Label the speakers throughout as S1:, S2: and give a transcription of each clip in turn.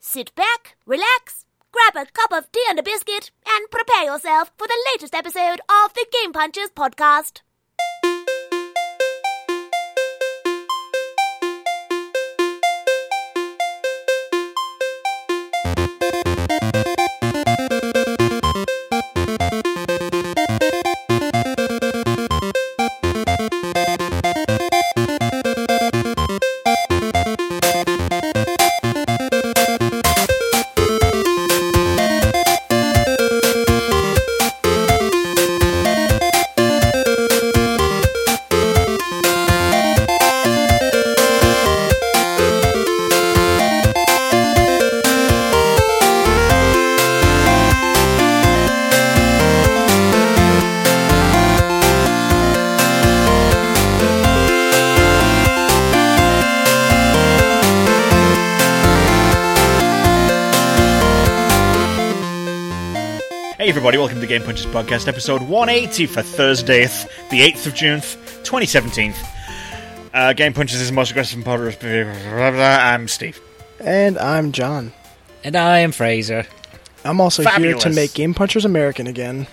S1: Sit back, relax, grab a cup of tea and a biscuit, and prepare yourself for the latest episode of the Game Punchers podcast.
S2: Hey everybody, welcome to Game Punches Podcast, episode 180 for Thursday, th- the 8th of June, 2017. Uh, Game Punches is the most aggressive and powerful. I'm Steve.
S3: And I'm John.
S4: And I am Fraser.
S3: I'm also
S2: Fabulous.
S3: here to make Game Punchers American again.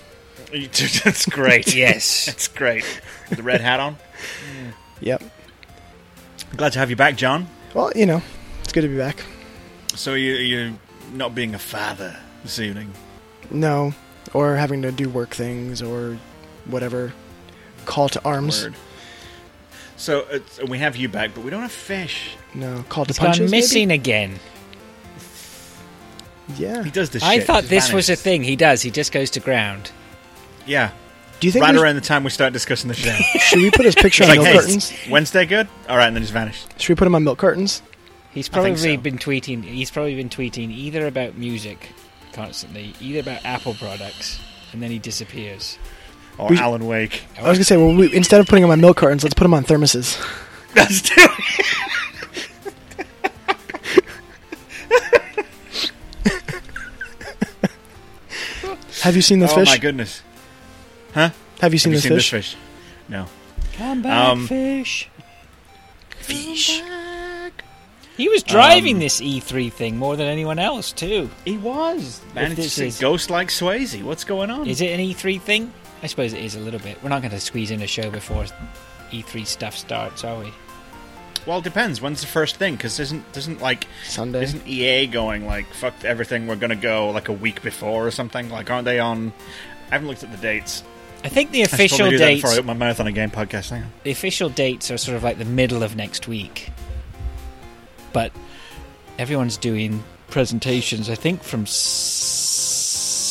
S2: That's great.
S4: Yes.
S2: That's great. With the red hat on.
S3: Yep.
S2: Glad to have you back, John.
S3: Well, you know, it's good to be back.
S2: So you, you're not being a father this evening.
S3: No, or having to do work things or whatever. Call to arms.
S2: Word. So it's, we have you back, but we don't have fish.
S3: No, call to
S4: It's
S3: punches.
S4: gone
S3: maybe?
S4: missing again.
S3: Yeah.
S2: He does this
S4: I
S2: shit.
S4: thought
S2: It
S4: this was a
S2: vanished.
S4: thing he does. He just goes to ground.
S2: Yeah.
S3: Do you think
S2: Right
S3: we
S2: around the time we start discussing the show.
S3: should we put his picture
S2: It's
S3: on
S2: like,
S3: milk
S2: hey,
S3: cartons?
S2: Wednesday good? Alright, and then just vanished.
S3: Should we put him on milk cartons?
S4: He's
S2: I think
S4: probably
S2: so.
S4: been tweeting. He's probably been tweeting either about music constantly, either about Apple products, and then he disappears.
S2: Or
S3: We-
S2: Alan Wake.
S3: I was gonna say, well, we, instead of putting him on milk cartons, let's put him on thermoses.
S2: That's too.
S3: Have you seen this
S2: oh
S3: fish?
S2: my goodness!
S3: Have you seen,
S2: Have you
S3: this,
S2: seen this
S3: fish?
S2: fish? No.
S4: Come back,
S2: Um,
S4: fish.
S2: Fish.
S4: He was driving
S2: Um,
S4: this E3 thing more than anyone else too.
S2: He was. Man,
S4: If
S2: it's
S4: this
S2: just a
S4: is-
S2: ghost like Swayze. What's going on?
S4: Is it an E3 thing? I suppose it is a little bit. We're not going to squeeze in a show before E3 stuff starts, are we?
S2: Well, it depends. When's the first thing? Because isn't doesn't like
S3: Sunday.
S2: isn't EA going like fuck everything? We're gonna go like a week before or something. Like, aren't they on? I haven't looked at the dates.
S4: I think the
S2: I should
S4: official
S2: probably do that before I
S4: dates.
S2: open my mouth on a game podcast. Hang on.
S4: the official dates are sort of like the middle of next week. But everyone's doing presentations, I think, from s-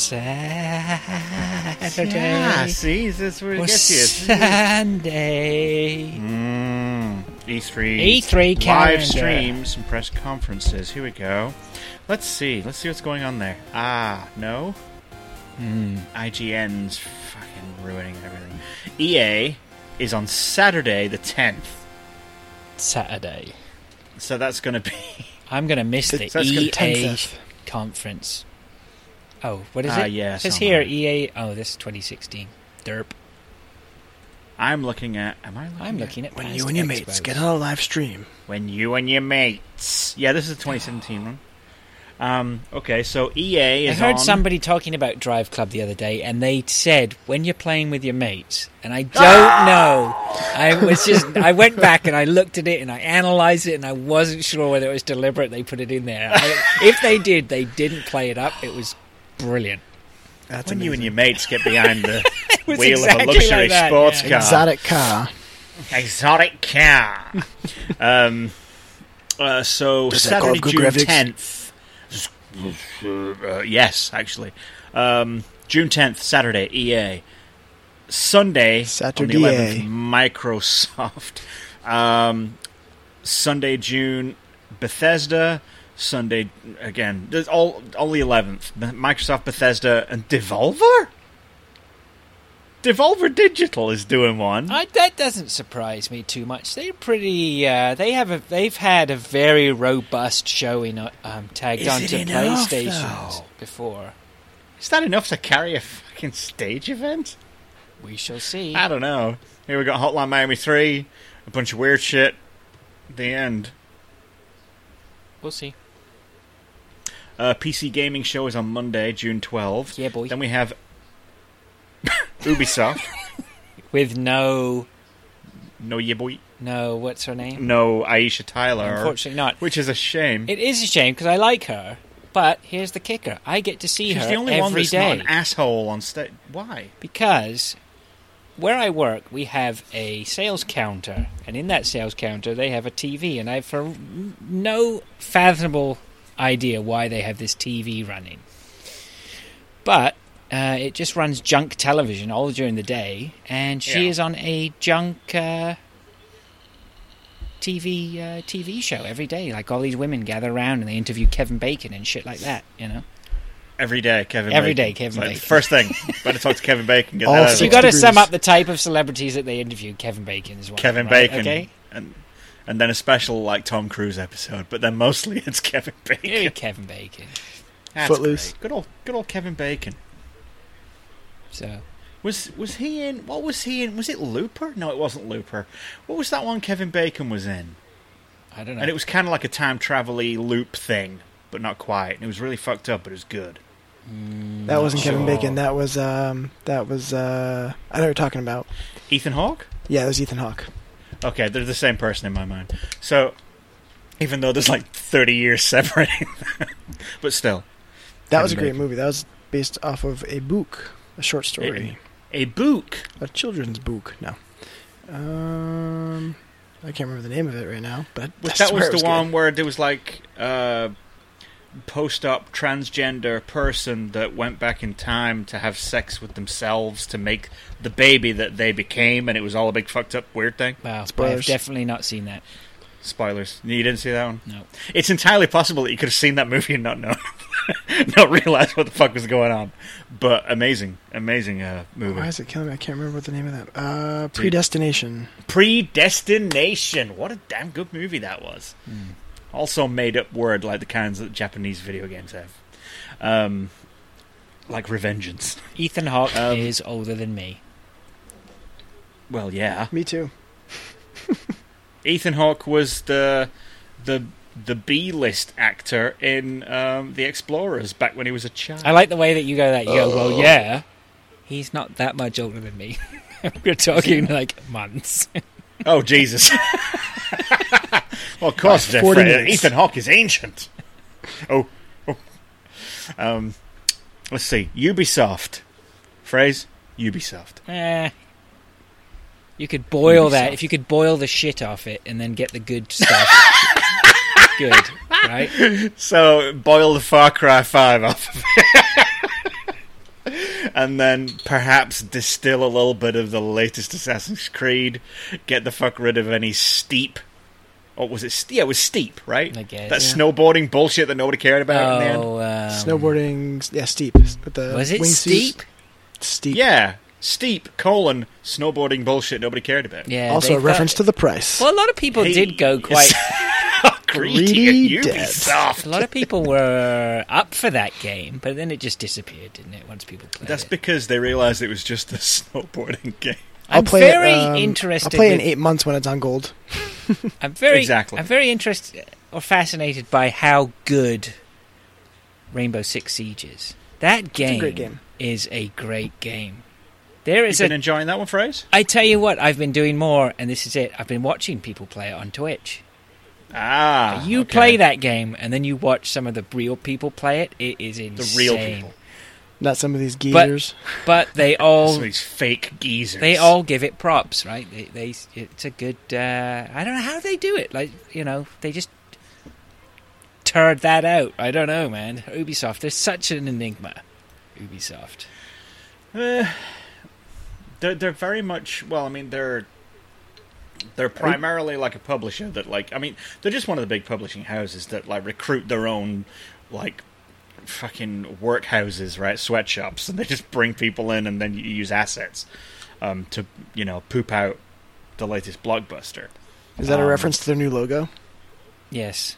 S4: Saturday
S2: Yeah, see, that's where it
S4: or
S2: gets you.
S4: Sunday.
S2: Mm, E3.
S4: E3
S2: Live
S4: E calendar.
S2: streams and press conferences. Here we go. Let's see. Let's see what's going on there. Ah, no. Hmm. IGN's fucking ruining everything. EA is on Saturday the 10th.
S4: Saturday.
S2: So that's going to be.
S4: I'm going to miss the
S2: Th- that's gonna-
S4: EA
S3: 10th.
S4: conference. Oh, what is
S2: Ah,
S4: it?
S2: yeah,
S4: it says
S2: somewhere.
S4: here EA. Oh, this is 2016. Derp.
S2: I'm looking at. Am I looking
S4: I'm
S2: at-
S4: looking at
S3: When
S4: past
S3: you and your
S4: Expos.
S3: mates get on a live stream.
S2: When you and your mates. Yeah, this is the 2017 one. Um, okay, so EA
S4: I
S2: is
S4: heard
S2: on.
S4: somebody talking about Drive Club the other day, and they said when you're playing with your mates, and I don't know. I was just I went back and I looked at it and I analysed it, and I wasn't sure whether it was deliberate. They put it in there. I, if they did, they didn't play it up. It was brilliant.
S3: That's
S2: when
S3: amazing.
S2: you and your mates get behind the
S4: was
S2: wheel
S4: exactly
S2: of a luxury
S4: like that,
S2: sports
S4: yeah.
S2: car.
S3: exotic car.
S2: Exotic car. um, uh, so
S3: Does that
S2: Saturday,
S3: have good
S2: June
S3: graphics?
S2: tenth. Uh, yes, actually, um, June tenth, Saturday, EA. Sunday,
S3: Saturday. E
S2: on the 11th, Microsoft. Um, Sunday, June, Bethesda. Sunday again. There's all all the eleventh. Microsoft, Bethesda, and Devolver. Devolver Digital is doing one.
S4: I, that doesn't surprise me too much. They're pretty. Uh, they have a, they've had a very robust showing uh, um, tagged
S2: Is it
S4: onto
S2: enough,
S4: PlayStations
S2: though?
S4: before.
S2: Is that enough to carry a fucking stage event?
S4: We shall see.
S2: I don't know. Here we got Hotline Miami 3, a bunch of weird shit. The end.
S4: We'll see.
S2: Uh, PC Gaming Show is on Monday, June 12th.
S4: Yeah, boy.
S2: Then we have Ubisoft.
S4: with no
S2: no, yeah, boy.
S4: no what's her name?
S2: No, Aisha Tyler.
S4: Unfortunately not.
S2: Which is a shame.
S4: It is a shame because I like her, but here's the kicker: I get to see
S2: She's
S4: her
S2: the only
S4: every
S2: one that's
S4: day.
S2: not an asshole on stage. Why?
S4: because where I work, we have a sales counter, and in that sales counter, they have a TV, and I have for n- no fathomable idea why they have this TV running. But uh, it just runs junk television all during the day, and she
S2: Yeah.
S4: is on a junk. Uh, TV uh, TV show every day, like all these women gather around and they interview Kevin Bacon and shit like that, you know.
S2: Every day, Kevin.
S4: Every
S2: Bacon.
S4: day, Kevin
S2: Like,
S4: Bacon.
S2: First thing, better talk to Kevin Bacon. Get
S3: All
S2: that out of
S3: six
S2: the
S4: you
S2: way.
S4: got to sum
S3: degrees.
S4: up the type of celebrities that they interview. Kevin Bacon is one. of
S2: Kevin
S4: them, right?
S2: Bacon.
S4: Okay.
S2: And and then a special like Tom Cruise episode, but then mostly it's Kevin Bacon.
S4: Maybe Kevin Bacon.
S2: That's
S3: Footloose.
S2: great. Good old good old Kevin Bacon.
S4: So
S2: Was was he in what was he in? Was it Looper? No, it wasn't Looper. What was that one Kevin Bacon was in?
S4: I don't know.
S2: And it was kinda like a time travel y loop thing, but not quite. And it was really fucked up, but it was good.
S3: That wasn't Kevin
S2: sure.
S3: Bacon. That was um, that was uh, I know what you're talking about.
S2: Ethan Hawke?
S3: Yeah, that was Ethan Hawke.
S2: Okay, they're the same person in my mind. So even though there's like thirty years separating them, but still.
S3: That was a
S2: Kevin
S3: great movie. That was based off of a book, a short story,
S2: A, a book.
S3: a children's book. No, um, I can't remember the name of it right now, but I
S2: Which that
S3: swear
S2: was
S3: it
S2: the
S3: good.
S2: one where there was like a post-op transgender person that went back in time to have sex with themselves to make the baby that they became, and it was all a big fucked up weird thing.
S4: wow, I have
S3: Spoilers.
S4: definitely not seen that.
S2: Spoilers. You didn't see that one.
S4: No.
S2: It's entirely possible that you could have seen that movie and not know, not realize what the fuck was going on. But amazing, amazing uh, movie.
S3: Why is it killing me? I can't remember what the name of that. Uh, Predestination.
S2: Predestination. What a damn good movie that was. Also made up word like the kinds that Japanese video games have. Um, like Revengeance.
S4: Ethan Hawke
S2: Um,
S4: is older than me.
S2: Well, yeah.
S3: Me too.
S2: Ethan Hawke was the the the B list actor in um, The Explorers back when he was a child.
S4: I like the way that you go that. You go,
S2: Oh.
S4: well, yeah. He's not that much older than me. We're talking like months.
S2: oh Jesus. well, of course,
S3: Like 40
S2: Jeffrey,
S3: minutes.
S2: Ethan Hawke is ancient. Oh, oh. Um, let's see. Ubisoft. Phrase Ubisoft.
S4: Eh. You could boil
S2: Ubisoft.
S4: that if you could boil the shit off it and then get the good stuff. good, right?
S2: So boil the Far Cry Five off of it. and then perhaps distill a little bit of the latest Assassin's Creed. Get the fuck rid of any steep. Or was it? Ste- Yeah, it was steep, right?
S4: I guess.
S2: that
S3: Yeah.
S2: snowboarding bullshit that nobody cared about in the end.
S4: Oh, um,
S3: Snowboarding. Yeah, steep. With the
S4: Was it
S3: wingsuits.
S4: steep?
S3: Steep.
S2: Yeah, steep colon snowboarding bullshit nobody cared about.
S4: Yeah.
S3: Also, a
S4: they've
S3: reference
S4: got-
S3: to the price.
S4: Well, a lot of people
S2: Hey,
S4: did go
S2: it's- Oh,
S4: quite.
S2: greedy
S3: Greedy
S2: at
S3: dead.
S2: Ubisoft.
S4: A lot of people were up for that game, but then it just disappeared, didn't it? Once people played
S2: That's
S4: it.
S2: because they realized it was just a snowboarding game.
S3: I'll
S4: I'm
S3: play
S4: very
S3: it, um,
S4: interested.
S3: I'll play it in
S4: with-
S3: eight months when it's on gold.
S4: I'm very
S2: Exactly.
S4: I'm very interested or fascinated by how good Rainbow Six Siege is. That game,
S3: great game.
S4: is a great game. There
S2: You've
S4: is
S2: been
S4: a.
S2: enjoying that one, phrase?
S4: I tell you what, I've been doing more, and this is it. I've been watching people play it on Twitch.
S2: Ah,
S4: you
S2: okay.
S4: play that game, and then you watch some of the real people play it. It is
S2: The
S4: insane.
S2: real people.
S3: Not some of these gears.
S4: But they all
S2: Some of these fake geezers.
S4: They all give it props, right? They, they it's a good. Uh, I don't know how they do it. Like you know, they just turd that out. I don't know, man. Ubisoft, they're such an enigma. Ubisoft.
S2: Eh, they're, they're very much. Well, I mean, they're they're primarily like a publisher that, like, I mean, they're just one of the big publishing houses that like recruit their own like fucking workhouses, right? Sweatshops, and they just bring people in, and then you use assets um, to you know poop out the latest blockbuster.
S3: Is that a
S2: Um,
S3: reference to their new logo?
S4: Yes.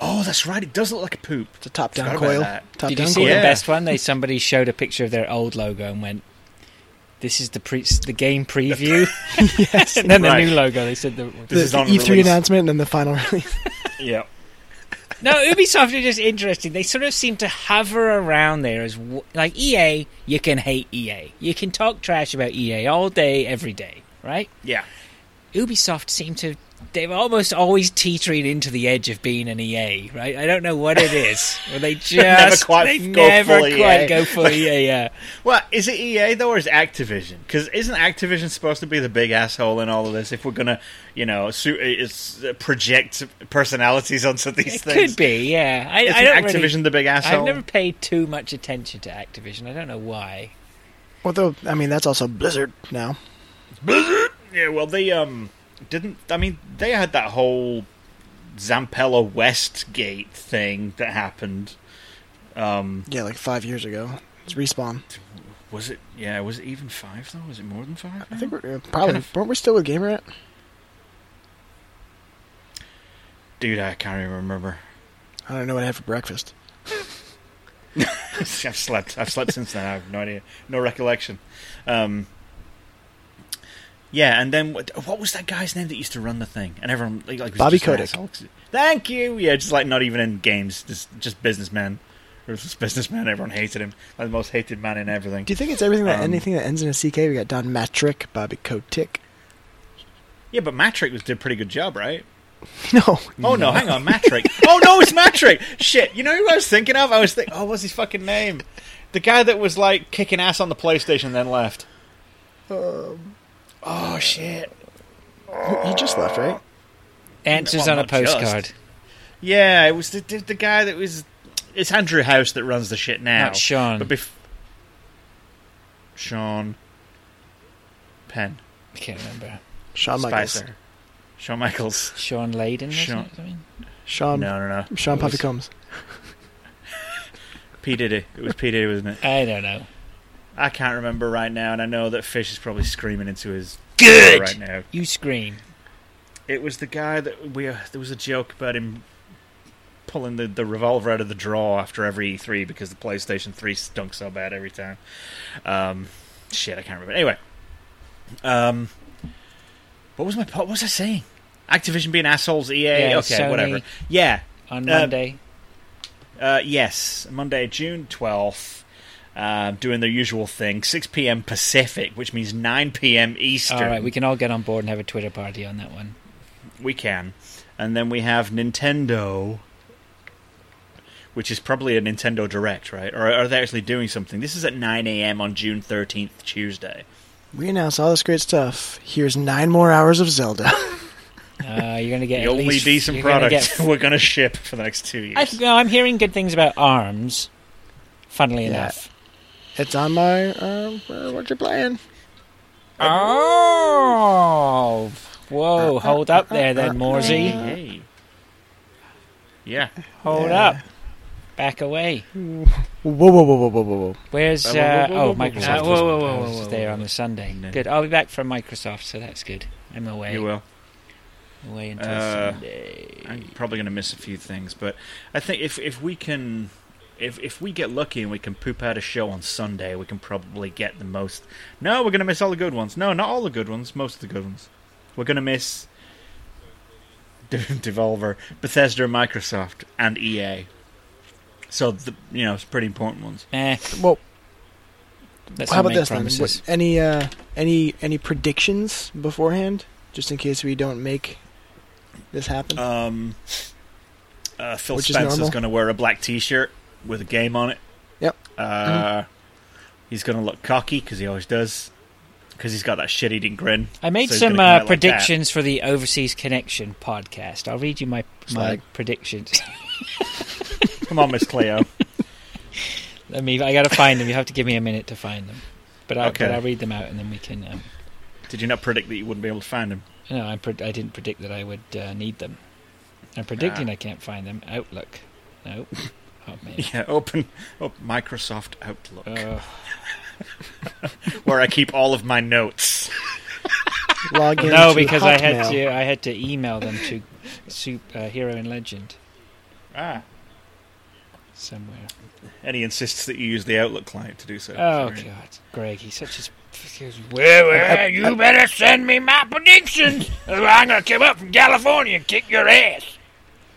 S2: Oh, that's right. It does look like a poop.
S3: It's a top-down
S2: Forgot about
S3: coil.
S2: that.
S3: Top
S4: Did you
S3: down
S4: see
S3: coil.
S4: the
S2: Yeah.
S4: best one? They somebody showed a picture of their old logo and went, "This is the pre- the game preview."
S3: yes.
S4: and then
S2: Right.
S4: the new logo. They said the
S3: The, E
S2: This is
S3: the
S2: on
S3: E3
S2: release.
S3: announcement and then the final release.
S2: Yeah.
S4: No, Ubisoft are just interesting. They sort of seem to hover around there as w- like EA. You can hate EA. You can talk trash about EA all day, every day, right?
S2: Yeah.
S4: Ubisoft seem to they're almost always teetering into the edge of being an EA, right? I don't know what it is. Where they just
S2: never quite
S4: they
S2: go E
S4: never
S2: full
S4: quite
S2: EA.
S4: go full EA. Yeah,
S2: Well, is it EA though, or is it Activision? Because isn't Activision supposed to be the big asshole in all of this? If we're gonna, you know, su- is, project personalities onto these
S4: it
S2: things,
S4: could be. Yeah, I,
S2: Isn't
S4: I don't
S2: Activision
S4: really.
S2: the big asshole?
S4: I've never paid too much attention to Activision. I don't know why.
S3: Although, I mean, that's also Blizzard now.
S2: Yeah, well, they um didn't. I mean, they had that whole Zampella Westgate thing that happened. Um,
S3: Yeah, like five years ago. It's respawn.
S2: was it? Yeah, was it even five though? Was it more than five?
S3: I think we're uh, probably weren't we still with Gamer?
S2: Dude, I can't even remember.
S3: I don't know what I had for breakfast.
S2: I've slept. I've slept since then. I have no idea, no recollection. Um, yeah, and then what, what was that guy's name that used to run the thing? And everyone like, like was
S3: Bobby
S2: just an
S3: Kotick.
S2: asshole 'cause- Thank you. Yeah, just like not even in games, just just businessman. Or just businessman. Everyone hated him. Like the most hated man in everything.
S3: Do you think it's everything that
S2: Um,
S3: anything that ends in a CK? We got Don Matrick, Bobby Kotick.
S2: Yeah, but Matrick was did a pretty good job, right?
S3: No,
S2: Oh no, hang on, Matrick. oh no, it's Matrick. Shit, you know who I was thinking of? I was thinking, oh, what's his fucking name? The guy that was like kicking ass on the PlayStation, and then left. oh shit.
S3: he just left, right?
S4: Answers
S2: Well,
S4: on a
S2: not just.
S4: postcard.
S2: Yeah, it was the, the, the guy that was. It's Andrew House that runs the shit now.
S4: Not Sean.
S2: But bef- Sean Penn.
S4: I can't remember.
S3: Shawn Michaels.
S2: Spicer. Shawn Michaels.
S4: Sean Layden.
S2: Sean-
S4: Sean. I mean,
S2: No,
S3: Sean
S2: no, no.
S3: Sean
S2: It was
S3: Puffy Combs.
S2: P Diddy. It was P Diddy, wasn't it?
S4: I don't know.
S2: I can't remember right now, and I know that Fish is probably screaming into his
S4: Good.
S2: right now.
S4: You scream.
S2: It was the guy that we uh, there was a joke about him pulling the, the revolver out of the drawer after every E3 because the PlayStation 3 stunk so bad every time. Um, shit, I can't remember. Anyway, um, what was my po- what was I saying? Activision being assholes, EA,
S4: Yeah,
S2: okay,
S4: Sony.
S2: whatever. Yeah,
S4: on
S2: Uh,
S4: Monday.
S2: uh, yes, Monday, June 12th. Uh, doing their usual thing, 6 p.m. Pacific, which means 9 p.m. Eastern.
S4: All right, we can all get on board and have a Twitter party on that one.
S2: We can. And then we have Nintendo, which is probably a Nintendo Direct, right? Or are they actually doing something? This is at 9 a.m. on June 13th, Tuesday.
S3: We announced all this great stuff. Here's nine more hours of Zelda.
S4: Uh, you're going to get
S2: The
S4: at
S2: only
S4: least-
S2: decent
S4: you're gonna
S2: product
S4: get-
S2: we're going to ship for the next two years.
S4: I, no, I'm hearing good things about Arms. Funnily
S3: Yeah.
S4: enough,
S3: it's on my. Uh, uh, what you playing?
S4: oh, whoa! Hold up there, then Morsey.
S2: Hey. Yeah.
S4: Hold
S3: Yeah.
S4: up, back away.
S3: Whoa, whoa, whoa, whoa, whoa, whoa, whoa!
S4: Where's
S2: Whoa, whoa,
S4: uh,
S2: whoa, whoa,
S4: oh
S2: whoa, whoa, whoa,
S4: Microsoft?
S2: whoa,
S4: was- I
S2: whoa,
S4: was
S2: whoa,
S4: there
S2: whoa.
S4: on the Sunday.
S2: No.
S4: Good. I'll be back from Microsoft, so that's good. I'm away.
S2: You will.
S4: Away until
S2: Uh,
S4: Sunday.
S2: I'm probably going to miss a few things, but I think if if we can, if if we get lucky and we can poop out a show on Sunday, we can probably get the most. No, we're going to miss all the good ones. No, not all the good ones. Most of the good ones. We're going to miss De- Devolver, Bethesda, Microsoft, and EA. So the you know it's pretty important ones.
S4: Eh,
S3: Well,
S4: let's
S3: how
S4: not
S3: about
S4: make
S3: this then?
S4: promises.
S3: What- Any uh, any any predictions beforehand, just in case we don't make this happen?
S2: Um, uh, Phil
S3: Which is
S2: Spencer's
S3: normal.
S2: going to wear a black T-shirt with a game on it.
S3: Yep. Mm-hmm.
S2: Uh, He's going to look cocky because he always does. Because he's got that shit-eating grin.
S4: I made
S2: So he's
S4: some
S2: gonna come out
S4: uh,
S2: like
S4: predictions for the Overseas Connection podcast. I'll read you my my
S3: Slag.
S4: predictions.
S2: that. Come on, Miss Cleo.
S4: Let me. I got to find them. You have to give me a minute to find them. But I'll,
S2: Okay.
S4: but I'll read them out and then we can. Um,
S2: Did you not predict that you wouldn't be able to find him?
S4: no, I, pred I didn't predict that I would uh, need them. I'm predicting
S2: Ah.
S4: I can't find them. Outlook. No. Oh man.
S2: Yeah. Open up Microsoft Outlook,
S4: Uh,
S2: where I keep all of my notes.
S3: Log in
S4: no,
S3: to
S4: because I had
S3: Hotmail.
S4: to. I had to email them to Sup uh, Hero and Legend
S2: Ah.
S4: somewhere.
S2: And he insists that you use the Outlook client to do so.
S4: Oh
S2: Sorry.
S4: God, Greg, he's such a. Well, well, you better send me my predictions, or I'm gonna come up from California and kick your ass.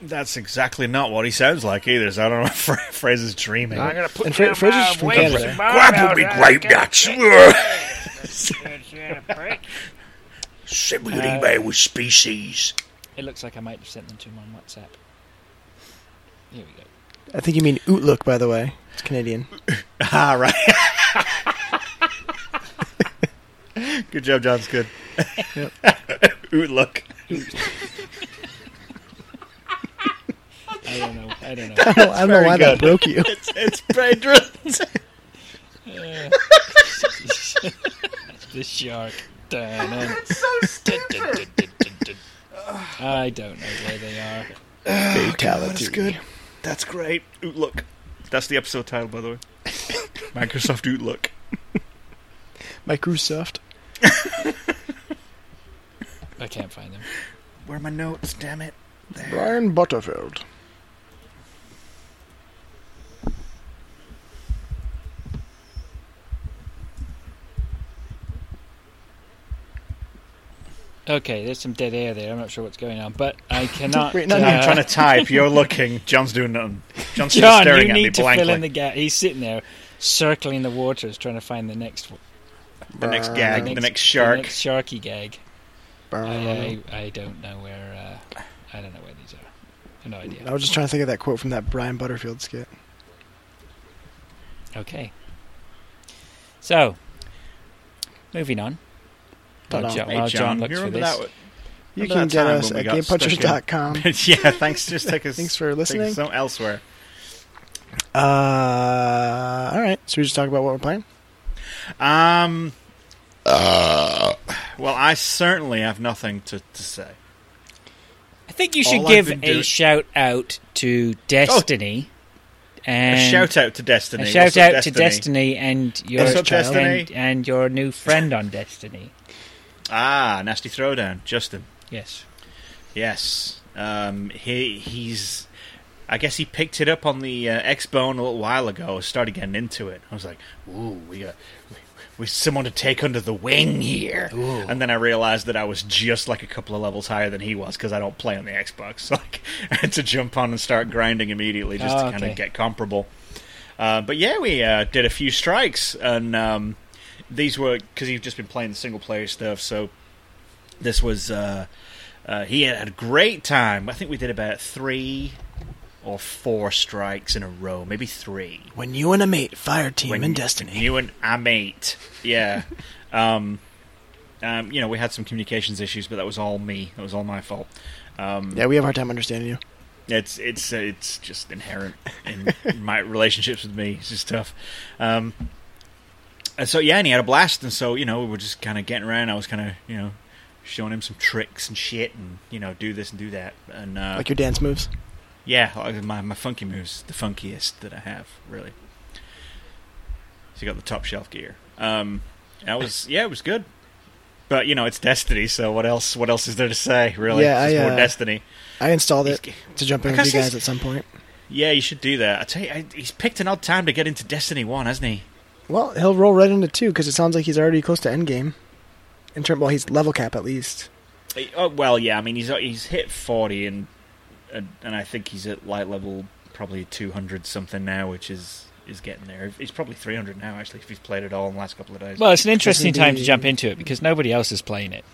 S2: That's exactly not what he sounds like either. So I don't know if Fra- Fraser's dreaming.
S5: I'm gonna put
S3: And Fra-
S5: down
S3: Fraser's
S5: my
S3: from
S5: weight
S3: Canada.
S5: and
S2: Crap
S5: barbells
S2: would be
S5: out.
S2: great,
S5: Can't
S2: actually.
S5: catch any break.
S4: Uh,
S2: Uh,
S6: Similarly, they were species.
S4: It looks like I might have sent them to him on WhatsApp. Here we go.
S3: I think you mean Outlook, by the way. It's Canadian.
S2: ah, right. good job, John's good. Ooh, look.
S4: I don't know. I don't
S3: I
S4: know.
S3: don't, I don't know why that broke you.
S2: It's, it's Pedro.
S4: the shark. Dun, dun.
S2: so stupid.
S4: I don't know where they are.
S3: Fatality.
S2: That's good. That's great. Outlook. That's the episode title, by the way. Microsoft Outlook.
S3: Microsoft.
S4: I can't find them.
S2: Where are my notes? Damn it.
S3: Brian Butterfield.
S4: Okay, there's some dead air there. I'm not sure what's going on, but I cannot.
S3: Wait, no, no,
S2: I'm
S4: uh,
S2: trying to type. You're looking. John's doing nothing. John's just
S4: John,
S2: staring
S4: you
S2: at me
S4: need to
S2: blankly.
S4: fill in the gap. He's sitting there, circling the waters, trying to find the next one.
S2: The next gag, the next
S4: Uh, the
S2: shark. Uh-huh.
S4: next sharky gag.
S3: Brian.
S4: I, I, I don't know where. Uh, I don't know where these are. I have no idea.
S3: I was just trying to think of that quote from that Brian Butterfield skit.
S4: Okay. So, moving on. While
S3: Ta-da.
S4: John,
S2: Hey,
S4: while John
S2: John,
S4: looks
S2: you
S4: for
S2: remember
S4: this.
S2: that one?
S3: um, You
S2: Remember
S3: can
S2: that
S3: get
S2: time
S3: us
S2: when
S3: at
S2: we got stuck in-
S3: gamepunchers.com.
S2: yeah, thanks. Just take us.
S3: Thanks for
S2: take us
S3: listening.
S2: Some elsewhere.
S3: Uh, all right. So we just talk about what we're playing?
S2: Um. well, I certainly have nothing to, to say.
S4: I think you should
S2: All I've
S4: give a
S2: been doing- Oh!
S4: shout out to Destiny.
S2: A
S4: and
S2: shout out to Destiny.
S4: a shout
S2: What's up,
S4: out to Destiny and your
S2: What's up,
S4: child and,
S2: Destiny?
S4: and your new friend on Destiny.
S2: Ah, nasty throwdown, Justin.
S4: Yes.
S2: Yes. Um, he he's. I guess he picked it up on the uh, Xbone a little while ago. Started getting into it. I was like, "Ooh, we got we, we someone to take under the wing here." And then I realized that I was just like a couple of levels higher than he was because I don't play on the Xbox. So like, I had to jump on and start grinding immediately just
S4: Oh,
S2: to kind
S4: okay.
S2: of get comparable. Uh, but yeah, we uh, did a few strikes, and um, these were because he'd just been playing the single player stuff. So this was uh, uh, he had a great time. I think we did about three or four strikes in a row, maybe three.
S3: When you and a mate fire team
S2: When
S3: in Destiny.
S2: You and I mate, yeah. um, um, you know, we had some communications issues, but that was all me. That was all my fault. Um,
S3: Yeah, we have a hard time understanding you.
S2: it's it's uh, it's just inherent in my relationships with me. It's just tough. Um, and so yeah, and he had a blast, and so you know we were just kind of getting around. I was kind of you know showing him some tricks and shit, and you know do this and do that, and uh,
S3: Like your dance moves.
S2: yeah, like my my funky moves, the funkiest that I have really. So you got the top shelf gear. Um, that was yeah, it was good. But you know it's Destiny, so what else? What else is there to say? Really,
S3: Yeah,
S2: it's just
S3: I,
S2: more
S3: uh,
S2: Destiny.
S3: I installed
S2: He's
S3: it to jump in
S2: I
S3: with you
S2: guess
S3: guys
S2: he's-
S3: at some point.
S2: Yeah, you should do that. I tell you, I, he's picked an odd time to get into Destiny One, hasn't he?
S3: Well, he'll roll right into two because it sounds like he's already close to endgame. In term, well, he's level cap at least.
S2: He- Oh, well, yeah. I mean, he's he's hit forty, and and, and I think he's at light level probably two hundred something now, which is is getting there. He's probably three hundred now, actually, if he's played at all in the last couple of days.
S4: Well, it's an interesting time to
S3: Indeed.
S4: jump into it because nobody else is playing it,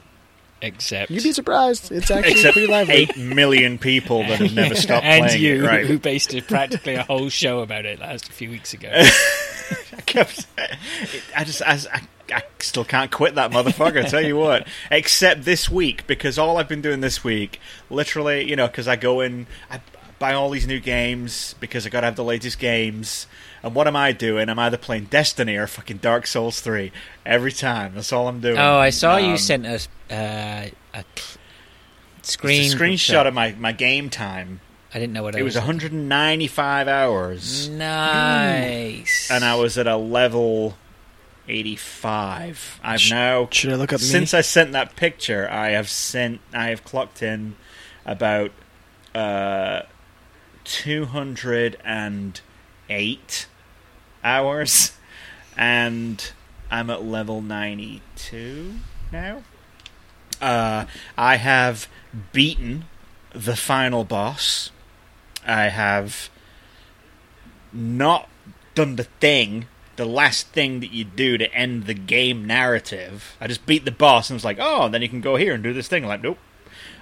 S4: except
S3: You'd be surprised. It's actually
S2: Except
S3: pretty lively.
S2: eight million people that have never stopped
S4: and
S2: playing
S4: you,
S2: it. Right?
S4: who based a- practically a whole show about it last a few weeks ago.
S2: I kept. I just. I, I, I still can't quit that motherfucker. tell you what. Except this week, because all I've been doing this week, literally, you know, because I go in, I buy all these new games because I got to have the latest games. And what am I doing? I'm either playing Destiny or fucking Dark Souls Three every time. That's all I'm doing.
S4: Oh, I saw you
S2: Um,
S4: sent us uh, a cl- screen
S2: it's a screenshot of my my game time.
S4: I didn't know what
S2: It was 195 hours.
S4: Nice.
S2: and I was at a level 85. I've now
S3: Should I look up
S2: since
S3: me?
S2: I sent that picture, I have sent I have clocked in about uh 208 hours and I'm at level 92 now. Uh I have beaten the final boss I have not done the thing, the last thing that you do to end the game narrative. I just beat the boss and was like, oh, then you can go here and do this thing. like, nope.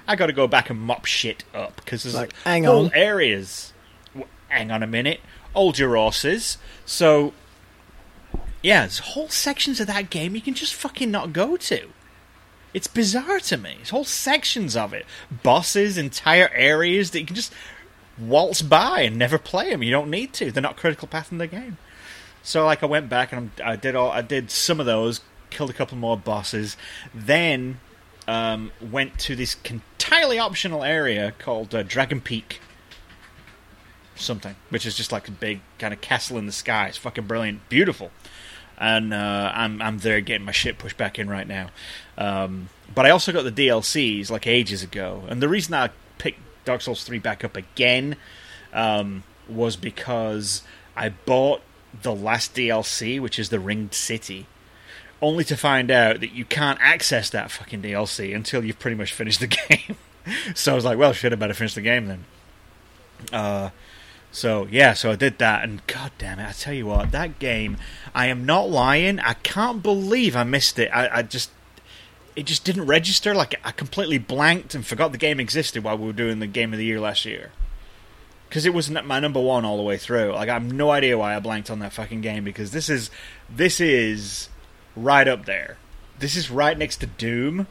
S2: I got to go back and mop shit up because there's
S3: Like,
S2: like,
S3: hang
S2: whole
S3: on.
S2: areas. W- hang on a minute. Hold your horses. So, yeah, there's whole sections of that game you can just fucking not go to. It's bizarre to me. There's whole sections of it, bosses, entire areas that you can just waltz by and never play them. You don't need to. They're not critical path in the game. So like I went back and I'm- I did all I did some of those, killed a couple more bosses, then um, went to this entirely optional area called uh, Dragon Peak, something, which is just like a big kind of castle in the sky. It's fucking brilliant, beautiful. And uh, I'm I'm there getting my shit pushed back in right now, um, but I also got the DLCs like ages ago. And the reason I picked Dark Souls three back up again um, was because I bought the last DLC, which is the Ringed City, only to find out that you can't access that fucking DLC until you've pretty much finished the game. so I was like, well, shit, I better finish the game then. Uh, so yeah, so I did that, and god damn it, I tell you what, that game, I am not lying. I can't believe I missed it. I, I just. It just didn't register. Like I completely blanked and forgot the game existed while we were doing the game of the year last year because it wasn't my number one all the way through. Like I have no idea why I blanked on that fucking game because this is this is right up there. This is right next to Doom,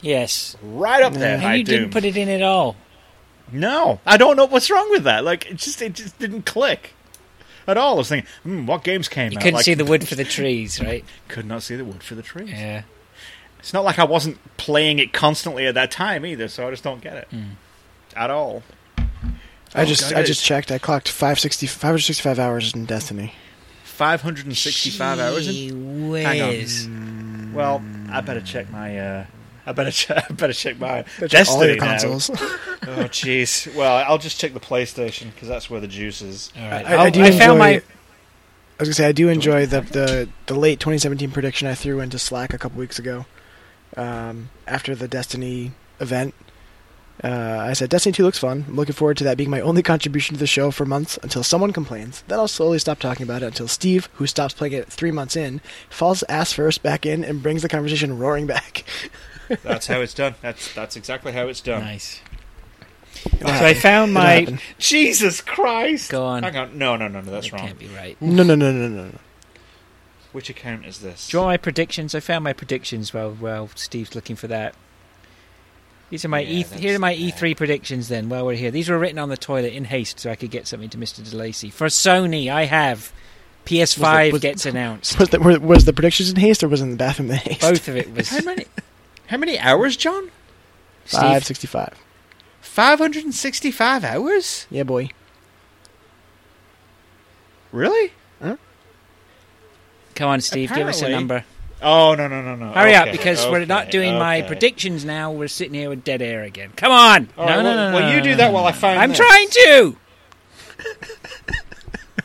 S4: Yes.
S2: right up there.
S4: And
S2: by
S4: you
S2: Doom.
S4: didn't put it in at all.
S2: No, I don't know what's wrong with that. Like it just it just didn't click at all. I was thinking, hmm, what games came
S4: You
S2: out?
S4: couldn't
S2: Like,
S4: see the wood for the trees, right?
S2: Could not see the wood for the trees.
S4: Yeah.
S2: It's not like I wasn't playing it constantly at that time either, so I just don't get it
S4: Hmm.
S2: at all.
S3: I
S2: Oh,
S3: just
S2: God,
S3: I
S2: it
S3: just
S2: is.
S3: checked. I clocked 560, 565 hours in Destiny.
S2: Five hundred and sixty-five hours. in-
S4: Gee
S2: Hang on.
S4: whiz.
S2: Well, I better check my. Uh, I better check. I better check my
S3: All
S2: Destiny
S3: your
S2: now.
S3: consoles.
S2: oh jeez. Well, I'll just check the PlayStation because that's where the juice is.
S4: All right.
S3: I- I
S4: I'll-
S3: do
S4: I found
S3: enjoy-
S4: my.
S3: I was gonna say I do enjoy the the, the late 2017 prediction I threw into Slack a couple weeks ago, um, after the Destiny event. Uh, I said Destiny 2 looks fun. I'm looking forward to that being my only contribution to the show for months until someone complains. Then I'll slowly stop talking about it until Steve, who stops playing it three months in, falls ass first back in and brings the conversation roaring back.
S2: That's how it's done. That's that's exactly how it's done.
S4: Nice. So I found my.
S3: happen.
S2: Jesus Christ!
S4: Go on.
S2: Hang on. No, no, no, no. That's
S4: That
S2: wrong.
S4: can't be right.
S3: No, no, no, no, no, no.
S2: Which account is this?
S4: Do you want my predictions? I found my predictions while while Steve's looking for that. These are my
S2: Yeah,
S4: E here are
S2: that's
S4: my
S2: bad.
S4: E3 predictions. Then while we're here, these were written on the toilet in haste so I could get something to Mister DeLacy. For Sony, I have PS5
S3: Was it- was-
S4: gets announced.
S3: Was the, were- was the predictions in haste or was it in the bathroom in haste?
S4: Both of it was
S2: how many? How many hours, John?
S4: Steve.
S3: 565.
S2: Five hundred and sixty-five hours.
S3: Yeah, boy.
S2: Really?
S4: Come on, Steve, give us a
S2: Apparently-
S4: number.
S2: Oh no, no, no, no.
S4: Hurry up
S2: Okay,
S4: because we're not
S2: okay,
S4: doing my
S2: okay.
S4: predictions now. We're sitting here with dead air again. Come on!
S2: All
S4: no,
S2: right, well,
S4: no, no, no,
S2: well, you
S4: no,
S2: do
S4: no,
S2: that
S4: no,
S2: while I
S4: no.
S2: find
S4: I'm
S2: this.
S4: trying to.
S2: How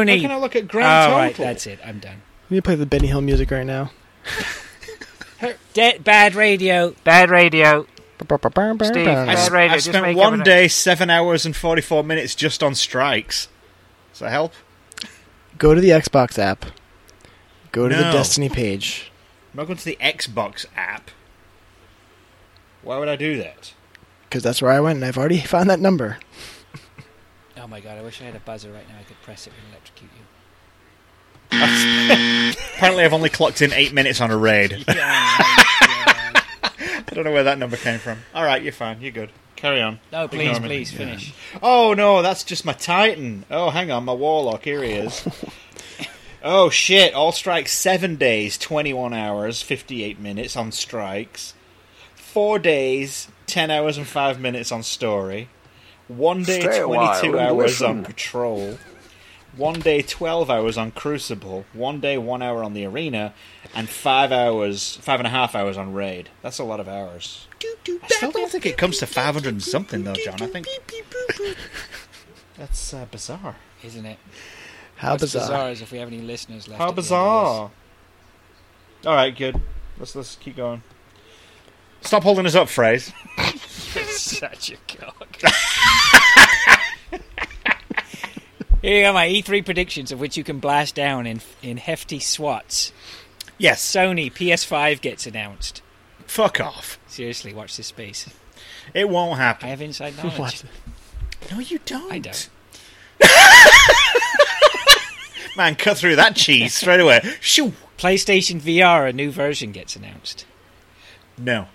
S4: Sony.
S2: can I look at
S4: All
S2: grand
S4: right,
S2: total?
S4: that's it. I'm done.
S3: We need to play the Benny Hill music right now.
S4: De- bad radio. Bad radio.
S2: I,
S5: Bad
S2: sp-
S5: radio,
S2: I
S5: just
S2: spent
S5: make
S2: one
S5: everything-
S2: day, seven hours and forty-four minutes just on strikes. Does that help?
S3: Go to the Xbox app. Go to the
S2: No.
S3: Destiny page.
S2: I'm not going to the Xbox app. Why would I do that?
S3: Because that's where I went, and I've already found that number.
S4: Oh my god! I wish I had a buzzer right now. I could press it and electrocute you.
S2: Apparently, I've only clocked in eight minutes on a raid.
S4: Yeah.
S2: I don't know where that number came from. All right, you're fine. You're good. Carry on.
S4: no, please,
S2: Ignore me.
S4: please finish.
S2: Oh no, that's just my Titan. Oh, hang on, my Warlock. Here he is. oh shit! All strikes seven days, twenty-one hours, fifty-eight minutes on strikes. Four days, ten hours and five minutes on story. One day,
S7: Stay a while
S2: twenty-two
S7: and
S2: hours on
S7: listen.
S2: patrol. One day, twelve hours on Crucible. One day, one hour on the arena, and five hours, five and a half hours on raid. That's a lot of hours. I still don't think it comes to five hundred and something though, John. I think that's uh, bizarre.
S4: Isn't it?
S3: How
S4: What's
S3: bizarre.
S4: is if we have any listeners left.
S2: How
S4: at the end of
S2: bizarre! All right, good. Let's let's keep going. Stop holding us up, phrase.
S4: this. Such a cock. Here are my E3 predictions, of which you can blast down in in hefty swats.
S2: Yes.
S4: Sony PS5 gets announced.
S2: Fuck off.
S4: Seriously, watch this space.
S2: It won't
S4: I
S2: happen.
S4: have inside knowledge.
S3: What?
S2: No, you don't.
S4: I don't.
S2: Man, cut through that cheese straight away. Shoo.
S4: PlayStation VR, a new version gets announced.
S2: No.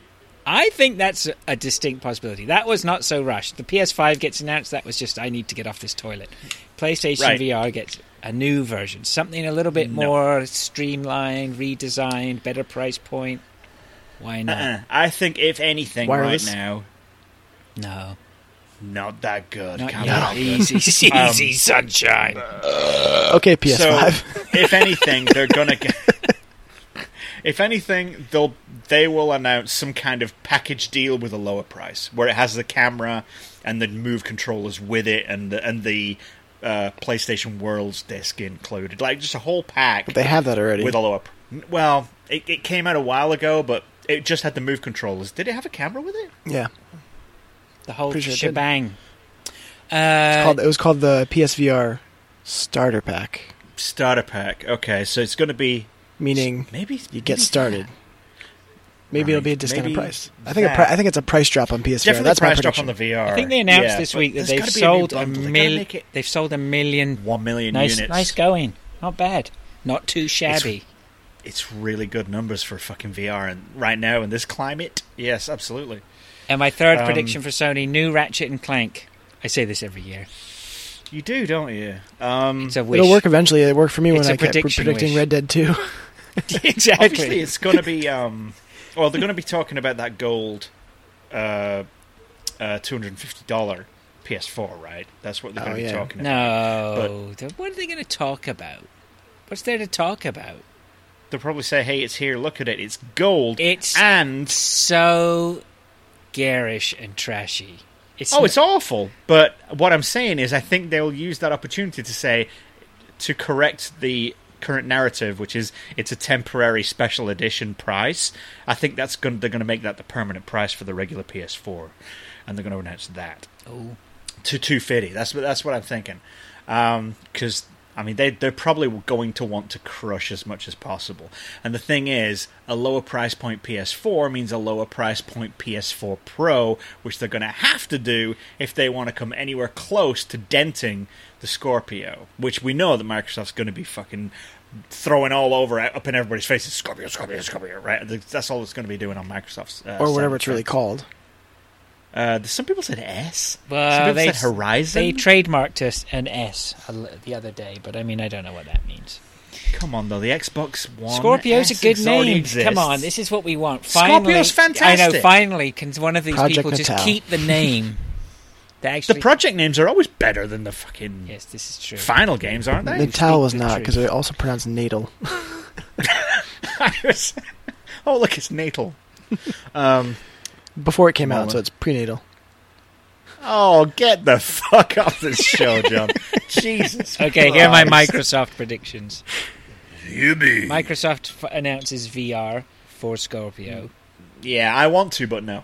S4: I think that's a- a distinct possibility. That was not so rushed. The PS5 gets announced. That was just I need to get off this toilet. PlayStation
S2: Right.
S4: VR gets a new version, something a little bit
S2: No.
S4: more streamlined, redesigned, better price point. Why not?
S2: Uh-uh. I think if anything
S3: Wireless?
S2: right now,
S4: No,
S2: not that good.
S4: not
S2: Come
S4: yet.
S2: on.
S4: Easy, easy,
S2: Um,
S4: sunshine.
S3: Okay, PS5.
S2: So, if anything, they're gonna get. If anything, they'll they will announce some kind of package deal with a lower price, where it has the camera and the Move controllers with it, and the, and the uh, PlayStation Worlds disc included, like just a whole pack
S3: they have that already.
S2: with a lower. Pr- well, it, it came out a while ago, but it just had the Move controllers. Did it have a camera with it?
S3: yeah,
S4: The whole
S3: Pretty sure it did.
S4: shebang. Uh,
S3: Called- it was called the PSVR Starter Pack,
S2: Starter pack. Okay, so it's going to be
S3: meaning
S2: maybe
S3: you get
S2: maybe
S3: started. Maybe it'll be a discounted
S2: Maybe
S3: price. I think a
S2: that-
S3: pri- I think it's a price drop on PSVR.
S2: Definitely
S3: That's my
S2: priced up
S3: prediction.
S2: on the VR.
S4: I think they announced
S2: Yeah,
S4: this
S2: but
S4: week that
S2: there's
S4: they've
S2: gotta be
S4: sold
S2: a, new
S4: a,
S2: bundle. They gotta
S4: mil-
S2: make it
S4: They've sold a million.
S2: one million
S4: Nice,
S2: units.
S4: nice going. Not bad. Not too shabby.
S2: It's really good numbers for fucking VR, and right now in this climate, yes, absolutely.
S4: And my third
S2: Um,
S4: prediction for Sony: new Ratchet and Clank. I say this every year.
S2: You do, don't you? Um,
S4: It's a wish.
S3: It'll work eventually. It worked for me
S4: It's
S3: when
S4: a
S3: I kept
S4: prediction
S3: predicting
S4: wish.
S3: Red Dead 2.
S4: exactly.
S2: obviously, it's going to be. Um, well, they're going to be talking about that gold, uh, uh, two hundred and fifty dollar PS4, right? That's what they're
S3: Oh,
S2: going to
S3: yeah.
S2: be talking about.
S4: No. Th- What are they going to talk about? What's there to talk about?
S2: They'll probably say, "Hey, it's here. Look at it. It's gold.
S4: It's-
S2: and
S4: So garish and trashy. It's
S2: Oh, it's
S4: not-
S2: awful. But what I'm saying is, I think they'll use that opportunity to say, to correct the current narrative, which is it's a temporary special edition price. I think that's going. They're going to make that the permanent price for the regular PS4, and they're going to announce that
S4: Oh.
S2: to 250. That's what that's what I'm thinking. Because I mean, they they're probably going to want to crush as much as possible. And the thing is, a lower price point PS4 means a lower price point PS4 Pro, which they're going to have to do if they want to come anywhere close to denting the Scorpio, which we know that Microsoft's going to be fucking throwing all over up in everybody's faces Scorpio Scorpio Scorpio right that's all it's going to be doing on Microsoft's uh,
S3: or
S2: side.
S3: whatever it's really called.
S2: uh, some people said S
S4: Well,
S2: some people
S4: they
S2: said Horizon
S4: They trademarked us an S a l- the other day, but I mean, I don't know what that means.
S2: Come on, though. The Xbox One.
S4: Scorpio's
S2: S
S4: a good
S2: ex- already
S4: name.
S2: exists.
S4: Come on, this is what we want. Finally,
S2: Scorpio's
S4: I know.
S2: fantastic.
S4: Finally, can one of these
S3: Project
S4: people just
S3: Natal.
S4: keep the name? They
S2: The
S4: actually,
S2: project names are always better than the fucking
S4: yes, this is true.
S2: final games, aren't they?
S3: Natal was
S4: the
S3: not,
S4: truth.
S3: because it also pronounced natal.
S2: oh, look, it's Natal.
S3: Before it came out,
S2: Well,
S3: so it's prenatal.
S2: Oh, get the fuck off this show, John. Jesus.
S4: Okay, here are my
S2: Christ.
S4: Microsoft predictions.
S6: Yippee.
S4: Microsoft f- announces VR for
S2: Hmm.
S4: Scorpio.
S2: Yeah, I want to, but no.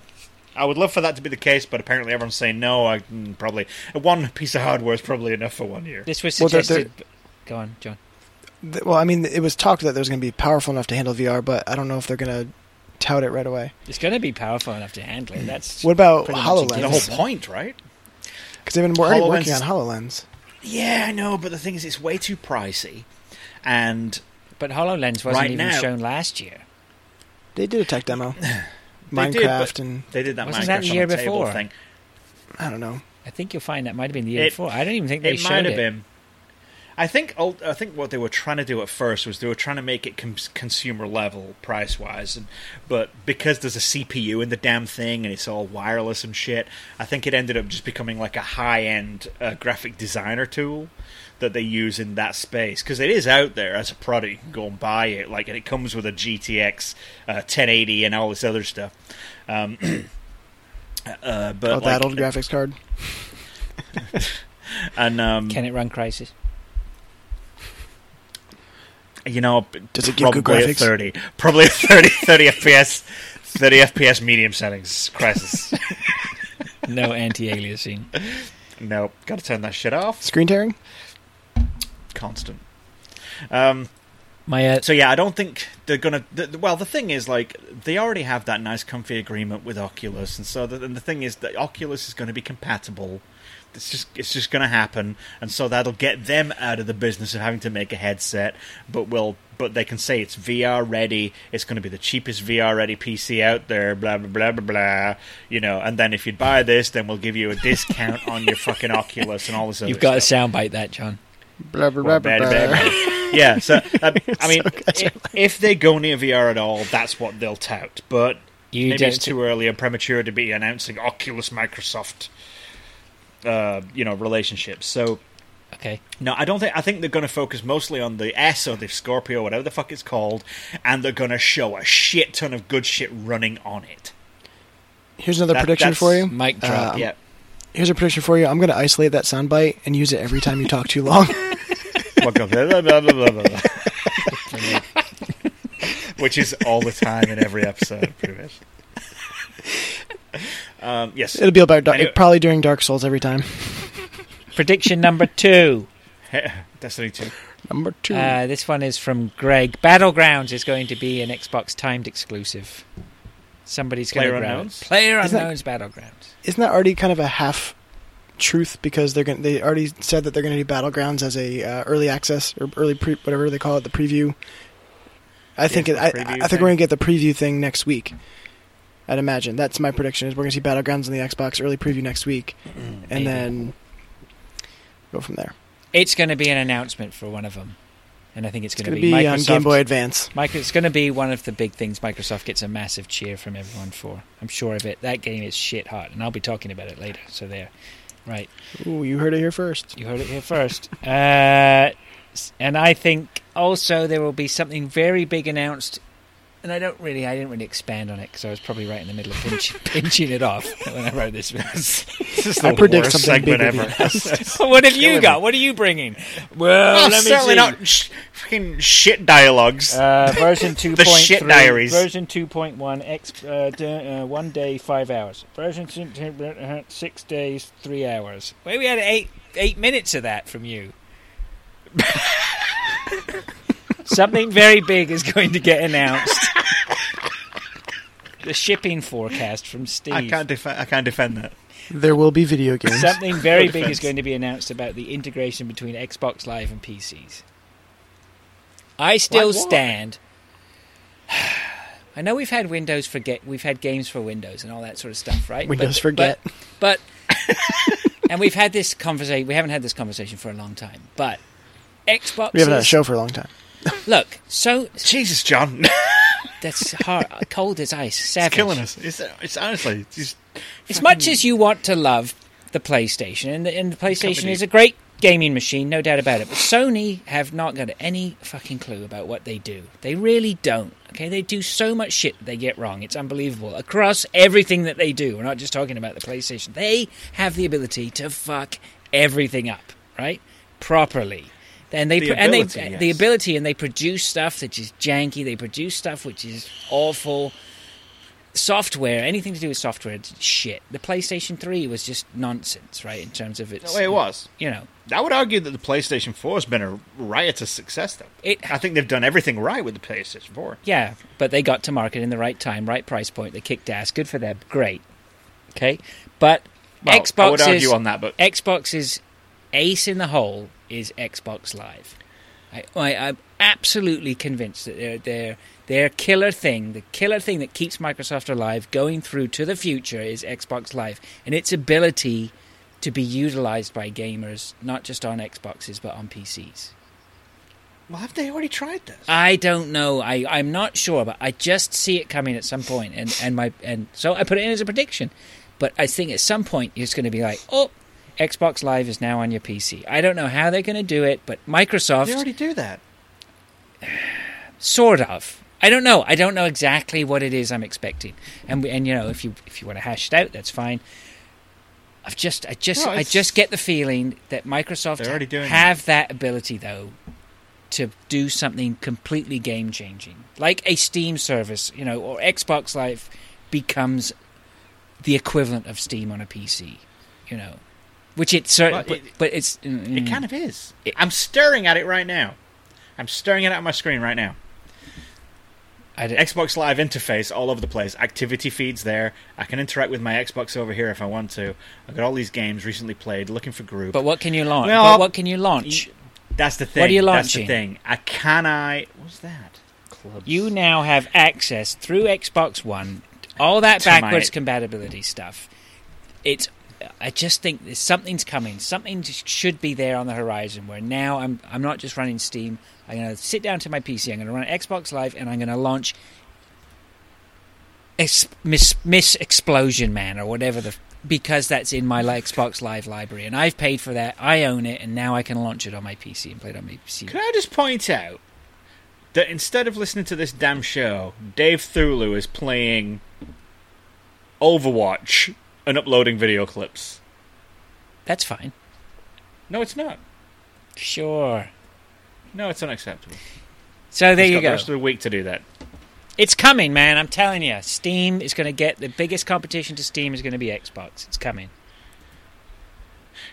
S2: I would love for that to be the case, but apparently everyone's saying no. I mm, probably one piece of hardware is probably enough for one year.
S4: This was
S3: Well, they're-
S4: suggested. Go on, John.
S3: Th- Well, I mean, it was talked that there was going to be powerful enough to handle VR, but I don't know if they're going to tout it right away.
S4: It's going to be powerful enough to handle it. That's
S3: What about
S4: pretty much a
S3: HoloLens?
S2: The
S4: given.
S2: whole point, right?
S3: Because they've been already
S2: HoloLens-
S3: working on HoloLens.
S2: Yeah, I know, but the thing is, it's way too pricey, and
S4: But Hololens wasn't
S2: Right
S4: even
S2: now-
S4: shown last year.
S3: They did a tech demo.
S2: They
S3: Minecraft
S2: did, but
S3: and
S2: they did that
S4: Wasn't
S2: Minecraft
S4: that the year
S2: on the table
S4: before?
S2: thing.
S3: I don't know.
S4: I think you'll find that might have been the year
S2: It-
S4: before. I don't even think they
S2: It
S4: showed
S2: might have
S4: it.
S2: been. I think ult- I think what they were trying to do at first was they were trying to make it com- consumer level price wise, and but because there's a CPU in the damn thing and it's all wireless and shit, I think it ended up just becoming like a high end uh, graphic designer tool that they use in that space because it is out there as a product. You can go and buy it, like and it comes with a GTX uh, 1080 and all this other stuff. Um, uh, but
S3: Oh,
S2: like,
S3: that old graphics card.
S2: and um,
S4: Can it run Crisis?
S2: you know,
S3: Does it give
S2: probably
S3: good graphics?
S2: at 30. Probably at 30, 30 FPS, 30 FPS medium settings. Crisis.
S4: No anti-aliasing.
S2: Nope. Gotta turn that shit off.
S3: Screen tearing?
S2: Constant. Um,
S4: My uh,
S2: so yeah, I don't think they're gonna. th well, the thing is, like, they already have that nice, comfy agreement with Oculus, and so the, and the thing is that Oculus is going to be compatible. It's just it's just going to happen, and so that'll get them out of the business of having to make a headset. But will but they can say it's VR ready. It's going to be the cheapest VR ready PC out there. Blah blah blah blah blah. You know, and then if you buy this, then we'll give you a discount on your fucking Oculus and all this. Other
S4: you've got a
S2: stuff.
S4: soundbite that, John.
S3: Blah, blah,
S2: Well,
S3: blah,
S2: bad,
S3: blah, blah.
S2: bad. yeah, so uh, I mean, i- if they go near VR at all, that's what they'll tout. But
S4: You
S2: maybe
S4: don't
S2: it's too early and premature to be announcing Oculus Microsoft, uh, you know, relationships. So
S4: Okay.
S2: no, I don't think. I think they're going to focus mostly on the S or the Scorpio, whatever the fuck it's called, and they're going to show a shit ton of good shit running on it.
S3: Here's another
S2: That-
S3: prediction
S2: that's-
S3: for you.
S4: Mic drop.
S3: Um,
S2: yeah,
S3: Here's a prediction for you. I'm going to isolate that soundbite and use it every time you talk too long.
S2: Well, go blah, blah, blah, blah, blah, blah. Which is all the time in every episode, pretty much. Um, yes.
S3: It'll be about Dar-
S2: Anyway.
S3: probably during Dark Souls every time.
S4: Prediction number two.
S2: Destiny 2.
S3: Number two.
S4: Uh, this one is from Greg. Battlegrounds is going to be an Xbox timed exclusive. Somebody's going to grab
S2: PlayerUnknown's?
S4: it. Player
S3: Isn't that-
S4: Unknown's Battlegrounds.
S3: Isn't that already kind of a half truth because they're going they already said that they're going to do battlegrounds as a uh, early access or early pre- whatever they call it the preview. I think
S2: the
S3: it, I, I
S2: preview
S3: think
S2: thing.
S3: we're going to get the preview thing next week. I'd imagine that's my prediction is we're going to see battlegrounds on the Xbox early preview next week,
S4: Maybe.
S3: Mm. and then go from there.
S4: It's going to be an announcement for one of them, and I think it's,
S3: It's
S4: going to
S3: be,
S4: be,
S3: on
S4: Microsoft.
S3: Game Boy Advance.
S4: Micro- it's going to be one of the big things Microsoft gets a massive cheer from everyone for. I'm sure of it. That game is shit hot, and I'll be talking about it later. So there, right?
S3: Ooh, you heard it here first.
S4: You heard it here first. Uh, s- and I think also there will be something very big announced. And I don't really, I didn't really expand on it because I was probably right in the middle of pinch, pinching it off when I wrote this.
S2: This is
S3: I
S2: the
S3: predict
S2: worst
S3: something
S2: segment
S3: big
S2: ever.
S3: will be
S4: what have you got? What are you bringing? Well,
S2: Oh,
S4: let me
S2: certainly
S4: see.
S2: not sh- fucking shit dialogues.
S4: Uh, version 2.3.
S2: shit diaries.
S4: Version 2.1, X, uh, d- uh, one day, five hours. Version two- two- uh, six days, three hours. Wait, we had eight eight minutes of that from you. Something very big is going to get announced. the shipping forecast from Steve.
S2: I can't defend. I can't defend that.
S3: There will be video games.
S4: Something very
S2: No
S4: big
S2: defense.
S4: is going to be announced about the integration between Xbox Live and PCs. I still
S2: Like what?
S4: stand. I know we've had Windows forget, we've had games for Windows and all that sort of stuff, right?
S3: Windows
S4: But-
S3: forget.
S4: but, but and we've had this conversation. We haven't had this conversation for a long time, but Xbox.
S3: We haven't had a show for a long time.
S4: Look, so
S2: Jesus, John,
S4: that's hard, cold as ice.
S2: it's
S4: Savage.
S2: killing us. It's, it's honestly. It's,
S4: as much as you want to love the PlayStation, and the, and the PlayStation
S2: Company.
S4: is a great gaming machine, no doubt about it, but Sony have not got any fucking clue about what they do. They really don't. Okay, they do so much shit that they get wrong. It's unbelievable. Across everything that they do, we're not just talking about the PlayStation. They have the ability to fuck everything up, right? Properly. And they
S2: The
S4: pro- and they
S2: ability,
S4: the
S2: yes.
S4: ability and they produce stuff that is janky. They produce stuff which is awful software, anything to do with software, it's shit. The PlayStation 3 was just nonsense, right? In terms of its,
S2: no way it was.
S4: you know,
S2: I would argue that the PlayStation 4 has been a riotous success, though.
S4: It-
S2: I think they've done everything right with the PlayStation 4.
S4: yeah, but they got to market in the right time, right price point. They kicked ass. Good for them. Great. Okay, but
S2: Well,
S4: Xbox
S2: I would argue
S4: is
S2: on that, but
S4: Xbox's ace in the hole is Xbox Live. I, I, I'm absolutely convinced that their their their killer thing, the killer thing that keeps Microsoft alive going through to the future, is Xbox Live and its ability to be utilized by gamers, not just on Xboxes but on PCs.
S2: well, have they already tried this?
S4: I don't know. I, I'm not sure, but I just see it coming at some point, and, and my and so I put it in as a prediction. But I think at some point it's going to be like, oh, Xbox Live is now on your PC. I don't know how they're going to do it, but
S2: They
S4: Microsoft
S2: already do that.
S4: sort of. I don't know. I don't know exactly what it is I'm expecting, and we- and you know if you if you want to hash it out, that's fine. I've just I just
S2: No,
S4: I
S2: it's-
S4: just get the feeling that Microsoft
S2: They're already doing
S4: have that ability though to do something completely game changing, like a Steam service, you know, or Xbox Live becomes the equivalent of Steam on a PC, you know, which it certainly,
S2: Well,
S4: but,
S2: it-
S4: but it's
S2: It
S4: mm,
S2: kind of is.
S4: It-
S2: I'm staring at it right now. I'm staring at it at my screen right now.
S4: I don't-
S2: Xbox Live interface all over the place. Activity feeds there. I can interact with my Xbox over here if I want to. I've got all these games recently played, looking for group.
S4: but what can you launch?
S2: Well,
S4: but what can you launch?
S2: That's the thing.
S4: What are you
S2: That's the
S4: launching?
S2: thing. I can I. What's that? Clubs.
S4: You now have access through Xbox One, all that
S2: To my-
S4: backwards compatibility stuff. It's. I just think there's something's coming. Something just should be there on the horizon. Where now I'm. I'm not just running Steam. I'm going to sit down to my PC. I'm going to run Xbox Live, and I'm going to launch. Ex- Miss Miss Explosion Man or whatever the. f- Because that's in my Xbox Live library, and I've paid for that. I own it, and now I can launch it on my PC and play it on my PC.
S2: Can I just point out that instead of listening to this damn show, Dave Thulu is playing Overwatch and uploading video clips?
S4: That's fine.
S2: No, it's not.
S4: Sure.
S2: No, it's unacceptable.
S4: So there
S2: He's
S4: you
S2: got
S4: go.
S2: The rest of the week to do that.
S4: It's coming, man. I'm telling you. Steam is going to get the biggest competition to Steam is going to be Xbox. It's coming.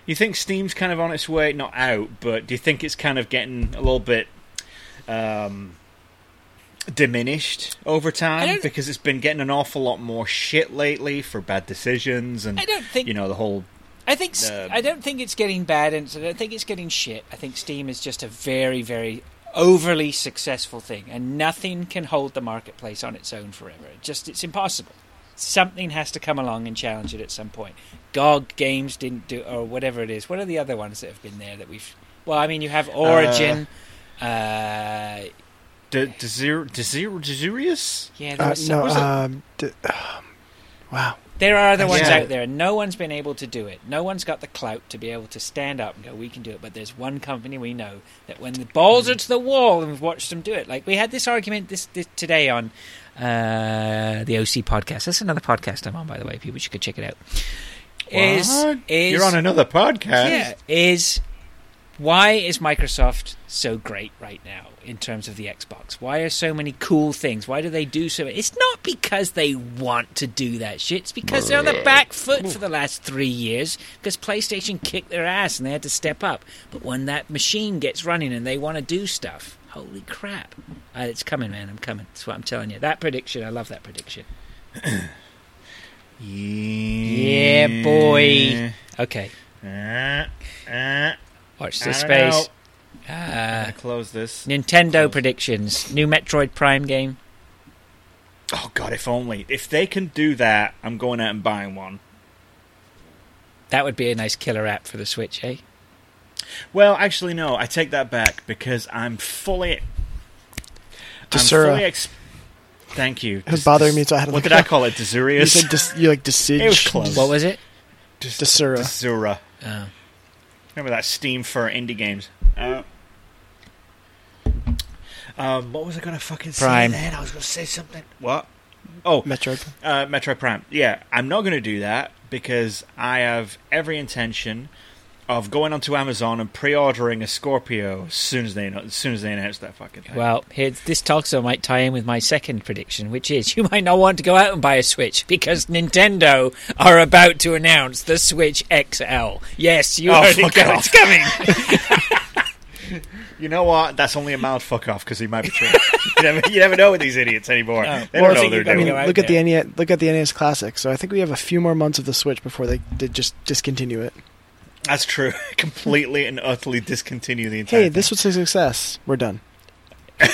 S2: You think Steam's kind of on its way, not out, but do you think it's kind of getting a little bit um, diminished over time
S4: don't-
S2: because it's been getting an awful lot more shit lately for bad decisions and
S4: I don't think.
S2: you know the whole
S4: I think. s
S2: Um,
S4: I don't think it's getting bad, and I don't think it's getting shit. I think Steam is just a very, very overly successful thing, and nothing can hold the marketplace on its own forever. It just it's impossible. Something has to come along and challenge it at some point. GOG Games didn't do, or whatever it is. What are the other ones that have been there that we've? Well, I mean, you have Origin. uh,
S2: de- desir- desir- desirious.
S4: yeah, there
S3: Uh,
S4: was some-
S3: no,
S2: was it-
S3: um, d- um, wow.
S4: There are other ones
S2: Yeah.
S4: out there, and no one's been able to do it. No one's got the clout to be able to stand up and go, "We can do it." But there's one company we know that when the balls are to the wall, and we've watched them do it. Like we had this argument this, this today on uh, the OC podcast. That's another podcast I'm on, by the way. People should go check it out. Is
S2: What?
S4: is
S2: You're on another podcast.
S4: yeah, is why is Microsoft so great right now in terms of the Xbox? Why are so many cool things? Why do they do so? It's not because they want to do that shit. It's because they're on the back foot for the last three years because PlayStation kicked their ass and they had to step up. But when that machine gets running and they want to do stuff, holy crap! Uh, it's coming, man. I'm coming. That's what I'm telling you. That prediction. I love that prediction.
S2: Yeah,
S4: Yeah, boy. Okay,
S2: Uh, uh,
S4: watch
S2: I
S4: this
S2: don't know.
S4: space. Ah.
S2: I close this.
S4: Nintendo
S2: Close.
S4: predictions. New Metroid Prime game.
S2: Oh god, if only if they can do that, I'm going out and buying one.
S4: That would be a nice killer app for the Switch, eh?
S2: Well, actually, no, I take that back because I'm fully. I'm
S3: Desura.
S2: fully ex- Thank you.
S3: was bothering me, so I had to
S2: What
S3: look
S2: did
S3: it
S2: I
S3: up.
S2: call it?
S3: You
S2: Desirius.
S3: said dis- you like decide.
S2: It was close.
S4: What was it?
S2: Des-
S3: Desura.
S2: Desura.
S4: Oh.
S2: Remember that Steam for indie games. Uh, um, what was I gonna fucking
S4: Prime.
S2: say then? I was gonna say something. What? Oh,
S3: Metroid.
S2: uh, Metro Prime. Yeah, I'm not going to do that because I have every intention of going onto Amazon and pre-ordering a Scorpio as soon as they as soon as they announce that fucking thing.
S4: Well, here, this talk show might tie in with my second prediction, which is you might not want to go out and buy a Switch because Nintendo are about to announce the Switch XL. Yes, you
S2: Oh,
S4: already
S2: fuck
S4: know
S2: off.
S4: it's coming.
S2: you know what? That's only a mild fuck off because he might be true. you, never, you never know with these idiots anymore. they
S4: Well, I
S2: don't know
S4: think
S2: what they're
S4: you've got
S3: I
S2: doing.
S4: to
S3: mean,
S4: go out
S3: look at
S4: there.
S3: the NES, look at the NES Classic. So I think we have a few more months of the Switch before they did just discontinue it.
S2: That's true. Completely and utterly discontinue the entire.
S3: Hey, this was a success. We're done.
S2: thing.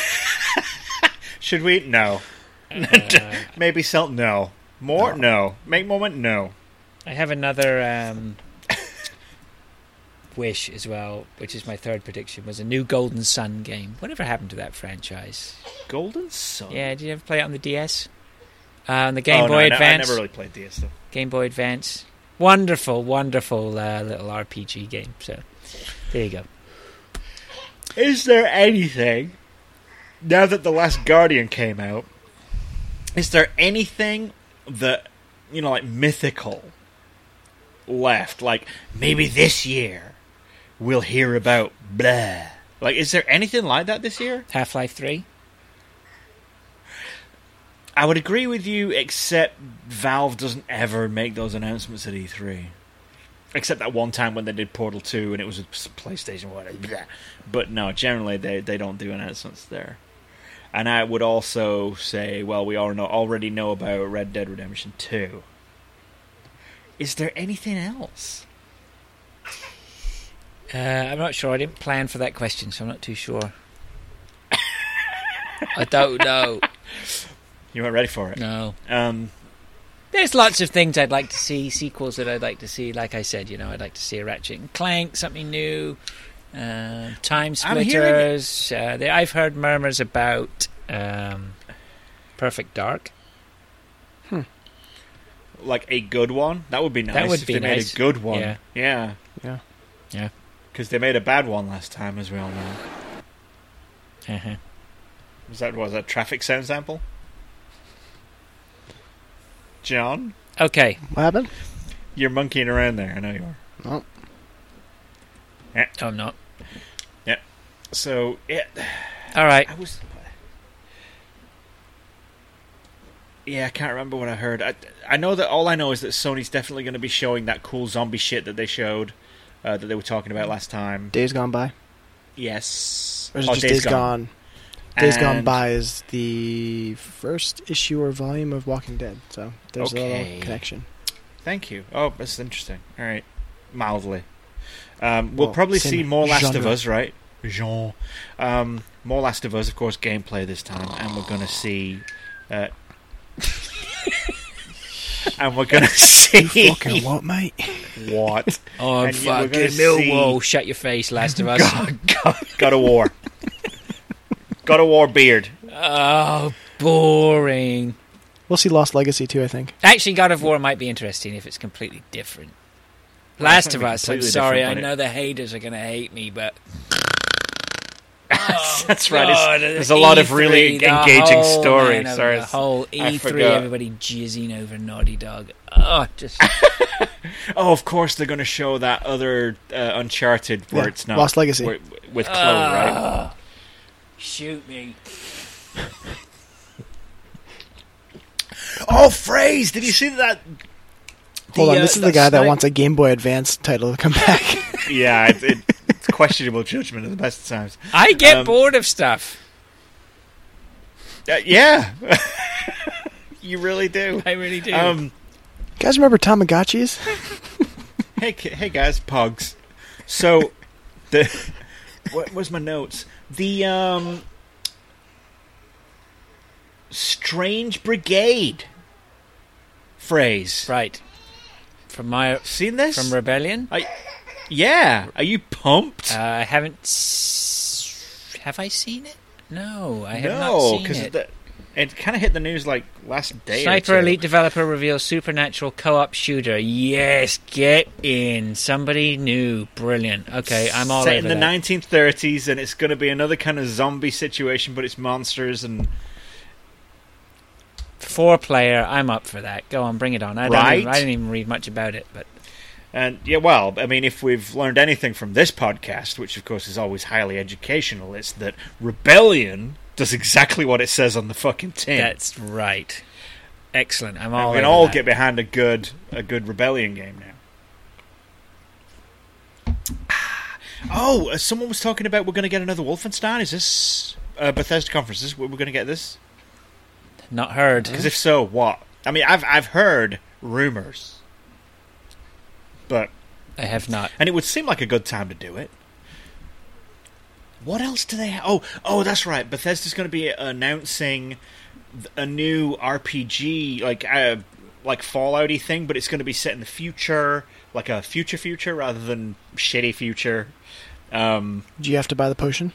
S2: should we? No.
S4: Uh,
S2: Maybe sell. No. More. No. Make more. money? No.
S4: I have another um, wish as well, which is my third prediction, was a new Golden Sun game. Whatever happened to that franchise?
S2: Golden Sun.
S4: Yeah, did you ever play it on the DS? Uh, on the Game
S2: oh, no,
S4: Boy
S2: I ne- I
S4: Advance?
S2: never really played DS though.
S4: Game Boy Advance. Wonderful, wonderful uh, little RPG game. So there you go.
S2: Is there anything now that the last Guardian came out? Is there anything that you know, like mythical, left? Like maybe this year we'll hear about blah. Like, is there anything like that this year?
S4: Half Life Three.
S2: I would agree with you, except Valve doesn't ever make those announcements at E3. Except that one time when they did Portal 2 and it was a s- PlayStation 1. blah. But no, generally they, they don't do announcements there. And I would also say, well, we all know, already know about Red Dead Redemption 2. Is there anything else?
S4: Uh, I'm not sure. I didn't plan for that question, so I'm not too sure. I don't know.
S2: You weren't ready for it.
S4: No.
S2: Um,
S4: There's lots of things I'd like to see, sequels that I'd like to see. Like I said, you know, I'd like to see a Ratchet and Clank, something new, uh, Time
S2: I'm hearing-
S4: Splitters. Uh, there, I've heard murmurs about um, Perfect Dark.
S2: like a good one. That would be nice.
S4: That would
S2: if
S4: be
S2: they made
S4: nice.
S2: a good one.
S4: Yeah.
S2: yeah.
S3: Yeah.
S4: Yeah.
S2: Because they made a bad one last time, as we all know.
S4: Uh-huh.
S2: Was that was that traffic sound sample? John,
S4: Okay.
S3: What happened?
S2: you're monkeying around there. I know you are.
S4: No, Oh, I'm not.
S2: So yeah,
S4: All right.
S2: I was. Yeah, I can't remember what I heard. I, I know that all I know is that Sony's definitely going to be showing that cool zombie shit that they showed, uh, that they were talking about last time.
S3: Days gone by.
S2: Yes,
S3: Mm. Or is it
S2: Oh,
S3: just Days Gone? Days Gone
S2: And-
S3: by is the first issue or volume of Walking Dead. So there's a
S2: Okay.
S3: little connection.
S2: Thank you. Oh, that's interesting. All right, mildly. Um, we'll
S3: Well,
S2: probably
S3: same
S2: see more Last of
S3: genre.
S2: Us, right? Jean. Um, more Last of Us, of course, gameplay this time, and we're gonna see. Uh, and we're gonna see
S3: what, mate?
S2: what
S4: On
S2: And you were gonna
S4: Oh, fucking Millwall. Shut your face, Last of Us.
S2: God of War. God of War beard.
S4: Oh, boring.
S3: We'll see Lost Legacy too, I think.
S4: Actually, God of War might be interesting if it's completely different.
S2: Well, it's
S4: Last
S2: gonna
S4: of
S2: be
S4: Us, I'm
S2: completely
S4: sorry, I
S2: different, but it-
S4: know the haters are going to hate me, but.
S2: That's right. it's-
S4: God,
S2: there's a lot of really
S4: E3, the
S2: engaging
S4: whole
S2: story.
S4: man,
S2: Sorry,
S4: The
S2: it's-
S4: whole
S2: I
S4: E3,
S2: forgot.
S4: everybody jizzing over Naughty Dog. Oh, just.
S2: oh, of course they're gonna show that other uh, Uncharted where
S3: Yeah,
S2: it's not
S3: Lost Legacy.
S2: where- with Chloe, right?
S4: Ah, Shoot me.
S2: Oh, phrase! Did you see that?
S3: Hold on,
S2: uh,
S3: this is the guy that
S2: snipe-
S3: wants a Game Boy Advance title to come back.
S2: Yeah, it, it, it's questionable judgment at the best of times.
S4: I get
S2: Um,
S4: bored of stuff.
S2: Uh, yeah, you really do.
S4: I really do.
S2: Um,
S3: guys, remember Tamagotchis?
S2: hey, ki- hey, guys, pugs. So, the what was my notes? The um, strange brigade phrase.
S4: right. From my.
S2: Seen this?
S4: From Rebellion?
S2: yeah. Are you pumped?
S4: Uh, I haven't. S- have I seen it? No, I have
S2: no,
S4: not seen it.
S2: the- it kind of hit the news like last day. or
S4: Sniper
S2: two.
S4: Elite developer reveals supernatural co-op shooter. Yes, get in. Somebody new, brilliant. Okay, I'm all
S2: set
S4: over
S2: in the
S4: that.
S2: 1930s, and it's going to be another kind of zombie situation, but it's monsters and
S4: Four player. I'm up for that. Go on, bring it on. I, don't even,
S2: Right?
S4: I didn't even read much about it, but
S2: and yeah. Well, I mean, if we've learned anything from this podcast, which of course is always highly educational, it's that rebellion does exactly what it says on the fucking tin.
S4: that's right. Excellent. I'm
S2: and
S4: all.
S2: we can
S4: over
S2: all
S4: that.
S2: get behind a good a good rebellion game now. Oh, uh, someone was talking about we're going to get another Wolfenstein. Is this uh, Bethesda conference? Is this, we're going to get this?
S4: not heard.
S2: Because if so, what? I mean, I've I've heard rumors, but
S4: I have not.
S2: and it would seem like a good time to do it. What else do they? Ha- oh, oh, that's right. Bethesda's going to be announcing th- a new RPG, like uh, like Fallouty thing, but it's going to be set in the future, like a future future rather than shitty future. Um,
S3: Do you have to buy the potion?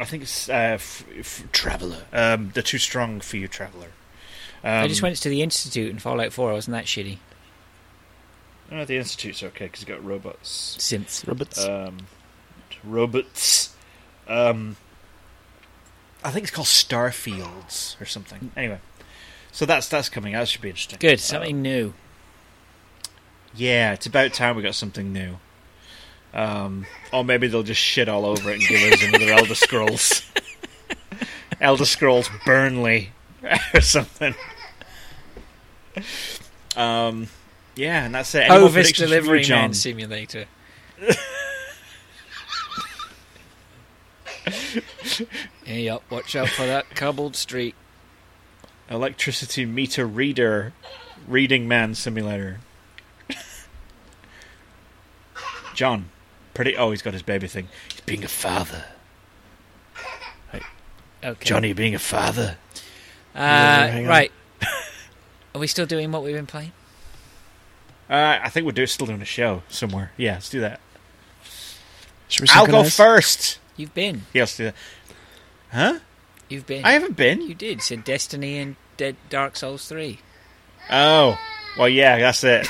S2: I think it's uh, f- f- Traveler, um, the too strong for you, Traveler. Um,
S4: I just went to the institute in Fallout 4. Wasn't that shitty?
S2: Oh, the Institute's okay because it's got robots.
S4: Since
S3: Robots.
S2: Um, robots. Um, I think it's called Starfields or something. Anyway, so that's that's coming. out. That should be interesting.
S4: good,
S2: Uh,
S4: something new.
S2: yeah, it's about time we got something new. Um, or maybe they'll just shit all over it and give us another Elder Scrolls. Elder Scrolls Burnley or something. Um, yeah, and that's it. Any more
S4: Ovis
S2: predictions from you,
S4: delivery
S2: John.
S4: man simulator. yep, watch out for that cobbled street.
S2: Electricity meter reader, reading man simulator. John, pretty. Oh, he's got his baby thing. He's being a father.
S4: Okay.
S2: Johnny being a father.
S4: Uh,
S3: hang on.
S4: right. Are we still doing what we've been playing?
S2: Uh, I think we're do, still doing a show somewhere. Yeah, let's do that.
S3: Should we
S2: I'll go
S3: synchronize?
S2: first.
S4: You've been.
S2: Yeah, let's do that. Huh?
S4: You've been.
S2: I haven't been.
S4: You did. Said Destiny and Dead Dark Souls 3.
S2: Oh, well, yeah, that's it.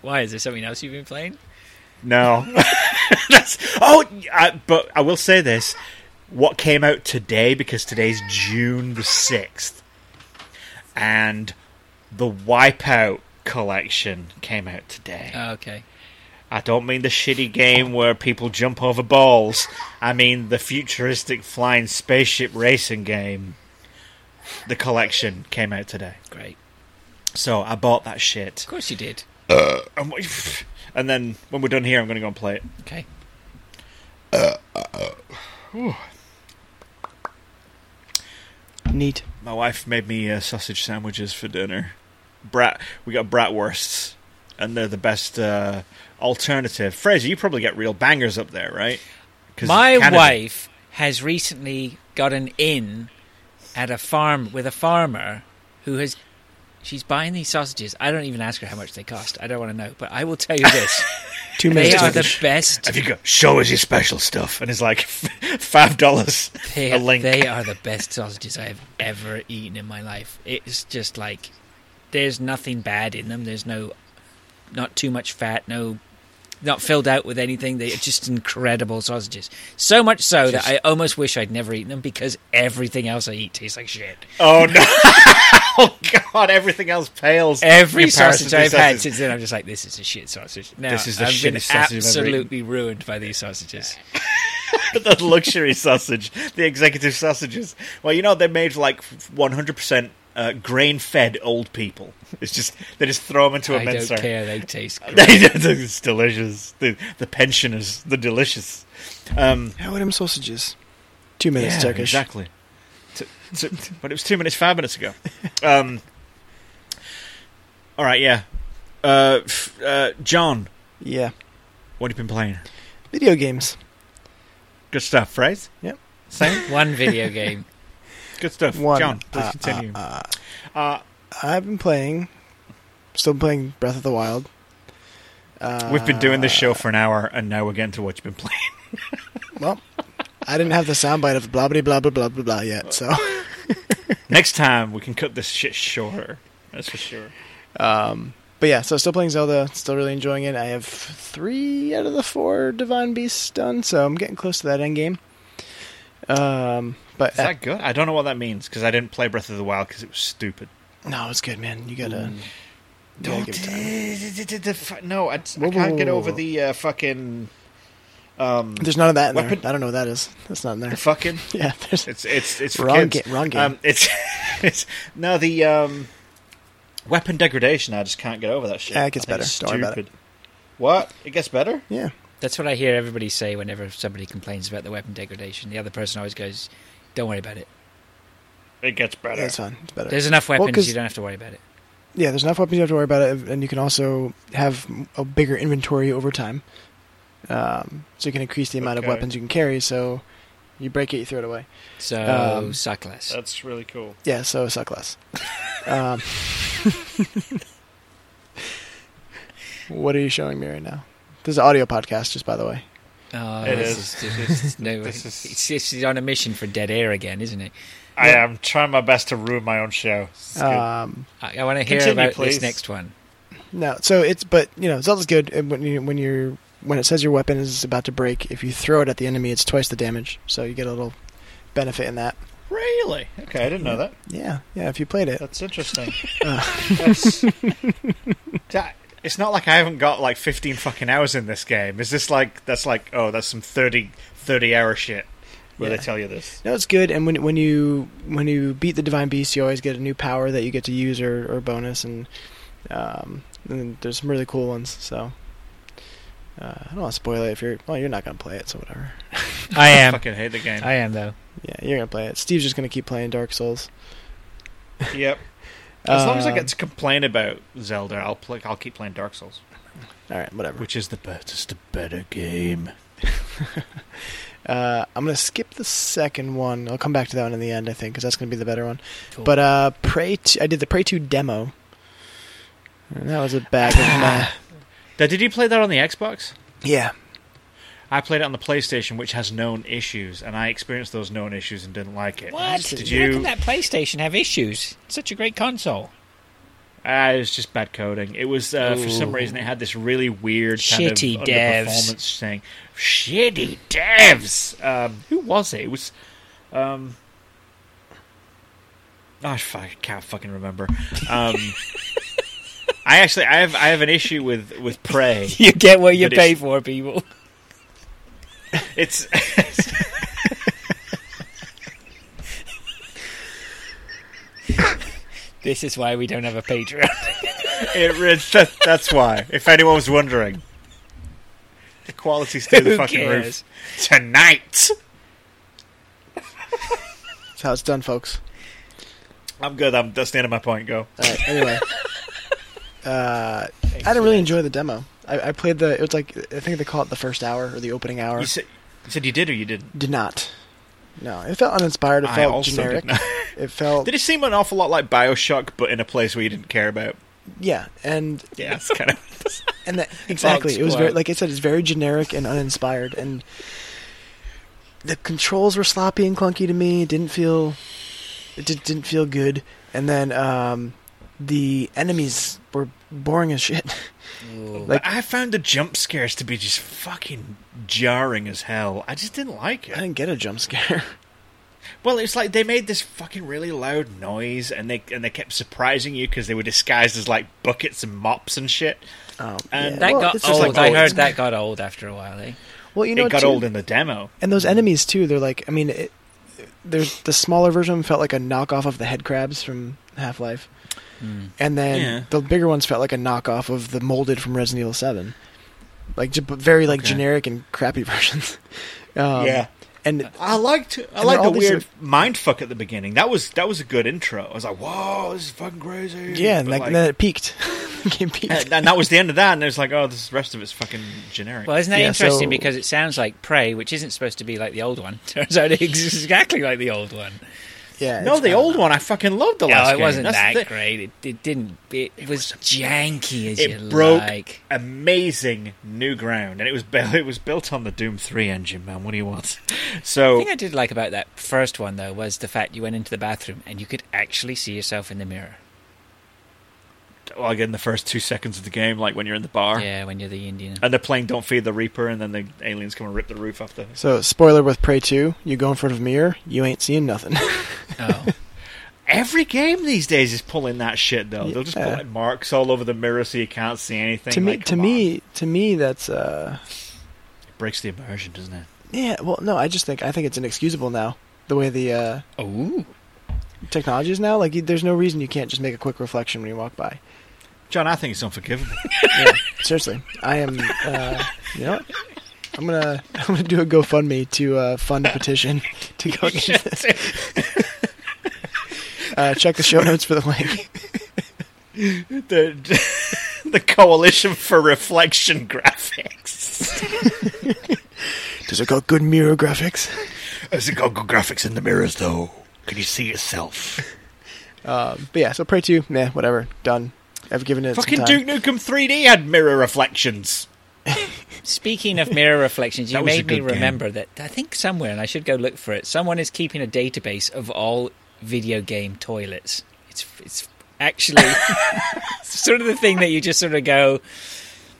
S4: Why? Is there something else you've been playing?
S2: No, that's oh, I, but I will say this: what came out today because today's June the sixth, and the Wipeout collection came out today.
S4: Oh, okay.
S2: I don't mean the shitty game where people jump over balls. I mean the futuristic flying spaceship racing game. The collection came out today,
S4: Great.
S2: so I bought that shit.
S4: Of course you did.
S2: And we- And then when we're done here, I'm going to go and play it.
S4: Okay.
S3: Neat.
S2: My wife made me uh, sausage sandwiches for dinner. Brat, we got bratwursts, and they're the best uh, alternative. Fraser, you probably get real bangers up there, right? 'Cause
S4: My
S2: Canada-
S4: wife has recently gotten in at a farm with a farmer who has. She's buying these sausages. I don't even ask her how much they cost. I don't want to know, but I will tell you this:
S3: Two
S4: they
S3: minutes.
S4: are
S3: to
S4: the best.
S2: Have you got show us your special stuff? And it's like five dollars
S4: They,
S2: a link.
S4: they are the best sausages I have ever eaten in my life. It's just like there's nothing bad in them. There's no, not too much fat. No, not filled out with anything. They're just incredible sausages. So much so that I almost wish I'd never eaten them because everything else I eat tastes like shit.
S2: oh no! oh god! Everything else pales.
S4: Every
S2: in comparison
S4: sausage
S2: to
S4: I've had
S2: sausages.
S4: since then, I'm just like, this is a shit sausage. Now,
S2: This is the
S4: I've been
S2: shittiest sausage I've ever
S4: absolutely ruined by these sausages.
S2: the luxury sausage, the executive sausages. Well, you know they're made for like 100% uh, grain-fed old people. It's just they just throw them into a
S4: I don't
S2: mincer.
S4: care. They taste great.
S2: it's delicious. The the pensioners, the delicious. Um,
S3: How would him sausages? Two minutes,
S2: yeah,
S3: Turkish.
S2: exactly. T- t- but it was two minutes, five minutes ago. Um, all right, yeah. Uh, f- uh, John,
S3: Yeah.
S2: what have you been playing?
S3: Video games.
S2: Good stuff, right?
S3: Yep.
S2: Same.
S4: One video game.
S2: Good stuff.
S3: One.
S2: John, please
S3: Uh,
S2: continue.
S3: uh,
S2: uh,
S3: I've been playing. Still playing Breath of the Wild. Uh,
S2: We've been doing this show for an hour, and now we're getting to what you've been playing.
S3: Well, Uh, I didn't have the soundbite of blah blah blah blah blah blah blah yet. So,
S2: Next time, we can cut this shit shorter. That's for sure.
S3: um, but yeah, so still playing Zelda. Still really enjoying it. I have three out of the four Divine Beasts done, so I'm getting close to that end game. Um, but
S2: Is that good? I don't know what that means because I didn't play Breath of the Wild because it was stupid. Mm.
S3: no, it's good, man. You gotta. you gotta
S2: Don't.
S3: give it time.
S2: No, I, I
S3: Whoa,
S2: can't get
S3: whoa,
S2: over
S3: whoa.
S2: the uh, fucking. Um,
S3: There's none of that in
S2: Weapon-
S3: there. I don't know what that is. That's not in
S2: the
S3: there.
S2: fucking.
S3: Yeah, there's
S2: It's it's it's for
S3: Wrong
S2: kids.
S3: ga- wrong game.
S2: Um, it's it's no the um, weapon degradation. I just can't get over that shit.
S3: Yeah, it gets
S2: I think it's
S3: better. Don't worry about it.
S2: stupid. What? It gets better.
S3: yeah.
S4: That's what I hear everybody say whenever somebody complains about the weapon degradation. The other person always goes, "Don't worry about it.
S2: It gets better.
S3: That's fine. It's better.
S4: There's enough weapons.
S3: 'cause-
S4: you don't have to worry about it."
S3: yeah, there's enough weapons you have to worry about it, and you can also have a bigger inventory over time. Um, so you can increase the amount
S2: Okay.
S3: of weapons you can carry. So you break it, you throw it away.
S4: So
S3: Um,
S4: suck less.
S2: That's really cool.
S3: Yeah, so suck less. um, what are you showing me right now? This is an audio podcast, just by the way.
S4: Oh,
S2: It
S4: this
S2: is.
S4: is- this is no,
S2: This is-
S4: it's, it's, on a mission for dead air again, isn't it?
S2: I am trying my best to ruin my own show. It's good.
S3: Um,
S4: I, I want to hear
S2: Continue,
S4: about
S2: please.
S4: this next one.
S3: no, so it's but you know Zelda's good and when you when you're when it says your weapon is about to break. If you throw it at the enemy, it's twice the damage. So you get a little benefit in that.
S2: really? Okay, I didn't know that.
S3: Yeah, yeah. If you played it,
S2: That's interesting. That's, that, it's not like I haven't got like 15 fucking hours in this game. Is this like that's like oh that's some 30 30 hour shit? where
S3: Yeah.
S2: they tell you this.
S3: No, it's good. And when when you when you beat the divine beast, you always get a new power that you get to use or, or bonus, and um, and there's some really cool ones. So uh, I don't want to spoil it if you're well, you're not gonna play it, so whatever.
S4: I
S2: I
S4: am.
S2: fucking hate the game.
S4: I am though.
S3: Yeah, you're gonna play it. Steve's just gonna keep playing Dark Souls.
S2: yep. As long as I
S3: Um,
S2: get to complain about Zelda, I'll play. I'll keep playing Dark Souls,
S3: all right, whatever.
S2: which is the best, the better game.
S3: Uh, I'm gonna skip the second one. I'll come back to that one in the end, I think, because that's gonna be the better one.
S4: Cool.
S3: But uh, Prey, t- I did the Prey Two demo. And that was a bag of meh.
S2: Now, did you play that on the Xbox?
S3: Yeah,
S2: I played it on the PlayStation, which has known issues, and I experienced those known issues and didn't like it.
S4: What?
S2: Did
S4: How can
S2: you?
S4: that PlayStation have issues? It's such a great console.
S2: Uh, it was just bad coding. It was uh, for some reason it had this really weird kind
S4: Shitty
S2: of
S4: devs.
S2: underperformance thing. Shitty devs. Um, who was it? It was. Um, oh, fuck, I can't fucking remember. Um, I actually, I have, I have an issue with with Prey.
S4: You get what you
S2: But
S4: pay
S2: it's-
S4: for, people.
S2: It's.
S4: This is why we don't have a Patreon.
S2: It, it's that, that's why. If anyone was wondering, the quality's through the
S4: Who
S2: fucking
S4: cares?
S2: roof tonight.
S3: that's how it's done, folks.
S2: I'm good. I'm that's the end of my point. Go.
S3: All right, anyway, uh, I didn't really enjoy the demo. I, I played the. It was like I think they call it the first hour or the opening hour.
S2: You said you, said you did or you didn't.
S3: did not. No, it felt uninspired. It
S2: I
S3: felt
S2: also
S3: generic.
S2: did not.
S3: It felt
S2: Did it seem an awful lot like Bioshock, but in a place where you didn't care about?
S3: yeah, and
S2: Yeah, it's kind of.
S3: and that, exactly. It was very
S4: squat.
S3: like I said. It's very generic and uninspired, and the controls were sloppy and clunky to me. It didn't feel it did, didn't feel good. And then um, the enemies were boring as shit.
S2: Like I found the jump scares to be just fucking jarring as hell. I just didn't like
S3: I
S2: it.
S3: didn't get a jump scare.
S2: Well, it's like they made this fucking really loud noise, and they and they kept surprising you because they were disguised as like buckets and mops and shit.
S3: Oh,
S2: And
S3: yeah.
S4: That
S3: Well,
S4: got
S3: it's just
S4: old.
S3: like
S4: I
S3: old.
S4: heard that got old after a while. Eh?
S3: Well, you know,
S2: it got
S3: too-
S2: old in the demo.
S3: and those enemies too. They're like, I mean, it, there's the smaller version felt like a knockoff of the head crabs from Half Life, and then
S2: Hmm. Yeah.
S3: the bigger ones felt like a knockoff of the molded from Resident Evil Seven, like j- but very like
S2: Okay.
S3: generic and crappy versions. Um,
S2: Yeah. Uh,
S3: and
S2: I liked I
S3: And
S2: liked the
S3: all these
S2: weird
S3: sort
S2: mind fuck at the beginning. That was that was a good intro. I was like, "Whoa, this is fucking crazy."
S3: yeah, and,
S2: But,
S3: like,
S2: like,
S3: then it peaked. The game peaked.
S2: and- and that was the end of that. And it was like, "Oh, this rest of it's fucking generic."
S4: Well, isn't that
S3: Yeah,
S4: interesting?
S3: so-
S4: because it sounds like Prey, which isn't supposed to be like the old one, turns out it's exactly like the old one.
S3: yeah,
S2: no,
S3: it's-
S2: the old one I fucking loved the last.
S4: No, it
S2: game.
S4: wasn't
S2: That's
S4: that
S2: the-
S4: great. It, it didn't. It, was janky as you
S2: It broke
S4: like.
S2: amazing new ground, and it was built. It was built on the Doom Three engine, man. What do you want?
S4: The
S2: So
S4: thing I did like about that first one though was the fact you went into the bathroom and you could actually see yourself in the mirror.
S2: well, again, the first two seconds of the game, like when you're in the bar.
S4: Yeah, when you're the Indian.
S2: And they're playing "Don't Feed the Reaper," and then the aliens come and rip the roof off the
S3: So spoiler with Prey Two, you go in front of a mirror, you ain't seeing nothing.
S4: Oh,
S2: Every game these days is pulling that shit though. They'll just put
S3: Yeah.
S2: like, marks all over the mirror so you can't see anything.
S3: to me,
S2: Like,
S3: to
S2: come on.
S3: me, to me, that's uh,
S2: it breaks the immersion, doesn't it?
S3: yeah. Well, no, I just think I think it's inexcusable now. The way the uh,
S4: oh,
S3: technologies now. Like, you- there's no reason you can't just make a quick reflection when you walk by.
S2: John, I think it's unforgivable.
S3: Seriously, I am. Uh, you know, what? I'm gonna I'm gonna do a GoFundMe to uh, fund a petition to go against this. Uh, check the show notes for the link.
S2: the the coalition for reflection graphics.
S3: Does it got good mirror graphics?
S2: Has it got good graphics in the mirrors though? Can you see yourself?
S3: Um, but yeah, so pray to you. Nah, whatever. Done. I've given it.
S2: Fucking
S3: some time.
S2: Duke Nukem 3D had mirror reflections.
S4: Speaking of mirror reflections, you
S2: That was a
S4: made me
S2: good game.
S4: remember that I think somewhere, and I should go look for it. Someone is keeping a database of all video game toilets. It's it's actually sort of the thing that you just sort of go,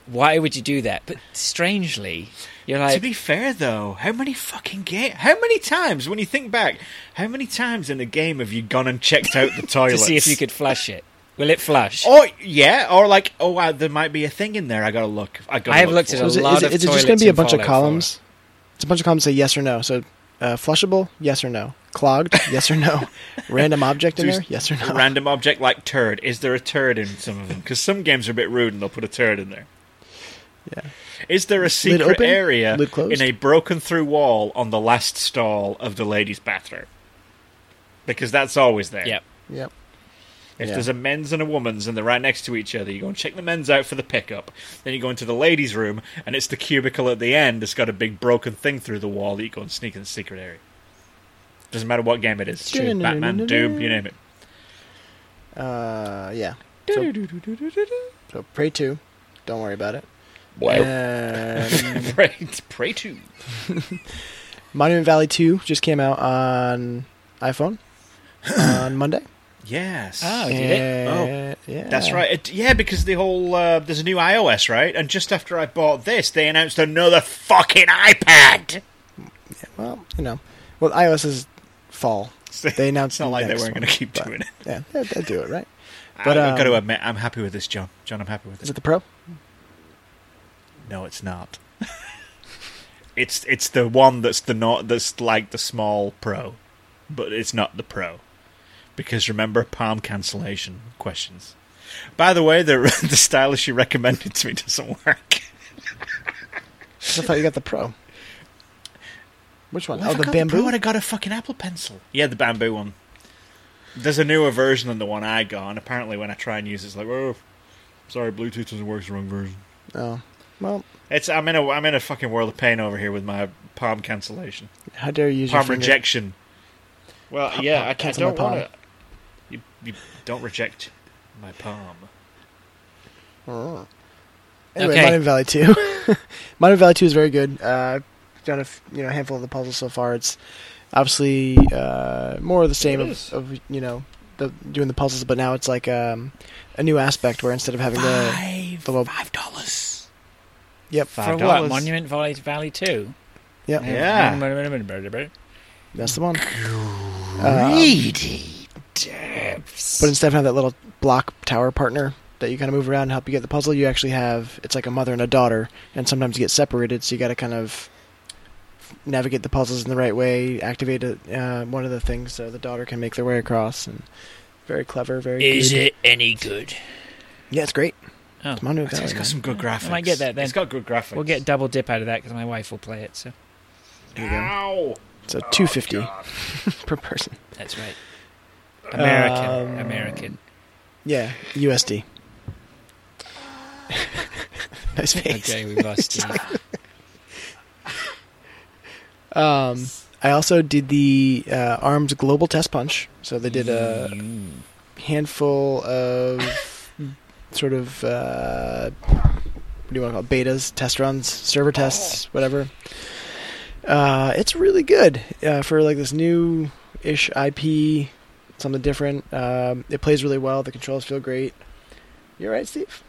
S4: why would you do that? But strangely, you're
S2: to
S4: like,
S2: be fair though, how many fucking game? How many times when you think back? How many times in a game have you gone and checked out the
S4: to
S2: toilet
S4: see if you could flush it. Will it flush?
S2: Or Oh, yeah, or like, oh wow, there might be a thing in there. I gotta look. I, gotta
S4: I have
S2: look
S4: looked
S2: for
S4: at
S3: So
S4: a
S2: it.
S3: is it,
S4: lot
S3: is it,
S4: of
S3: is it just
S4: toilets
S3: gonna be a
S4: in
S3: bunch of
S4: Fallout
S3: columns? It's a bunch of columns that say yes or no. So Uh, flushable? Yes or no? Clogged? Yes or no? Random object in there? Yes or
S2: A
S3: no?
S2: random object like turd. Is there a turd in some of them? Because some games are a bit rude and they'll put a turd in there.
S3: Yeah.
S2: Is there a secret
S3: open,
S2: area
S3: lid closed.
S2: in a broken through wall on the last stall of the ladies' bathroom? Because that's always there.
S4: Yep.
S3: Yep.
S2: If
S3: Yeah.
S2: there's a men's and a woman's and they're right next to each other, you go and check the men's out for the pickup. Then you go into the ladies' room and it's the cubicle at the end that's got a big broken thing through the wall that you go and sneak in the secret area. Doesn't matter what game it is.
S3: True.
S2: Batman, Doom, you name it.
S3: Uh, yeah. So, so Prey 2. Don't worry about it. And
S2: Pray, pray to.
S3: Monument Valley 2 just came out on iPhone on Monday.
S2: Yes.
S4: Oh, did it?
S3: And- Yeah.
S2: Oh, That's right. Ah, It- yeah, because the whole uh, there's a new iOS, right? And just after I bought this, they announced another fucking iPad.
S3: Well, you know. Well, iOS is fall. They announced
S2: it's not
S3: the
S2: like they
S3: next
S2: weren't
S3: one,
S2: going to keep
S3: but-
S2: doing it.
S3: Yeah, they they do it, right?
S2: But
S3: But,
S2: I, have
S3: um,
S2: got to admit, I'm happy with this, John. John, I'm happy with
S3: Is
S2: this.
S3: it the Pro?
S2: No, it's not. it's it's the one that's the not that's like the small Pro, but it's not the Pro, because remember palm cancellation questions. By the way, the the stylus you recommended to me doesn't work.
S3: I thought you got the Pro. Which one?
S2: Well,
S3: oh,
S2: if I
S3: the
S2: got
S3: bamboo.
S2: Pro, I'd have got a fucking Apple Pencil. Yeah, the bamboo one. There's a newer version than the one I got, and apparently when I try and use it, it's like, oh, sorry, Bluetooth doesn't work, it's the wrong version.
S3: oh, well,
S2: It's I'm in a I'm in a fucking world of pain over here with my palm cancellation,
S3: how dare you use your
S2: palm
S3: finger?
S2: rejection. Well, yeah,
S3: palm-
S2: I, I
S3: cancel my
S2: don't
S3: palm.
S2: want to. You, you don't reject my palm.
S3: Anyway,
S4: Okay.
S3: Monument Valley Two. Monument Valley Two is very good. Uh, I've done a f- you know handful of the puzzles so far. It's obviously uh, more of the same of, of you know the doing the puzzles, but now it's like um, a new aspect where instead of having the the little
S2: Five dollars.
S3: yep
S4: For
S2: Five
S4: what?
S2: dollars.
S4: Monument Valley Valley Two.
S3: yep
S2: Yeah.
S3: that's the one. Uh,
S2: Greedy.
S3: But instead of having that little block tower partner that you kind of move around and help you get the puzzle, you actually have it's like a mother and a daughter, and sometimes you get separated, so you got to kind of navigate the puzzles in the right way, activate a, uh, one of the things so the daughter can make their way across. And very clever, very.
S4: Is
S3: good.
S4: it any good?
S3: Yeah, it's great.
S4: Oh,
S3: It's Monument
S2: It's
S3: Valley.
S2: got
S3: man.
S2: some good graphics.
S4: might get that then.
S2: It's got good graphics.
S4: we'll get double dip out of that because my wife will play it. So
S3: There you go.
S2: Ow.
S3: It's a two fifty per person.
S4: that's right. American,
S3: Um,
S4: American.
S3: Yeah, USD. nice face.
S4: Okay, we've lost Steve.
S3: Um, I also did the uh, Arms Global Test Punch. So they did
S4: Mm.
S3: a handful of sort of uh, what do you want to call it? betas, test runs, server tests,
S2: Oh.
S3: whatever. Uh, it's really good uh, for like this new ish IP, something different. Um, it plays really well. The controls feel great. You're right, Steve.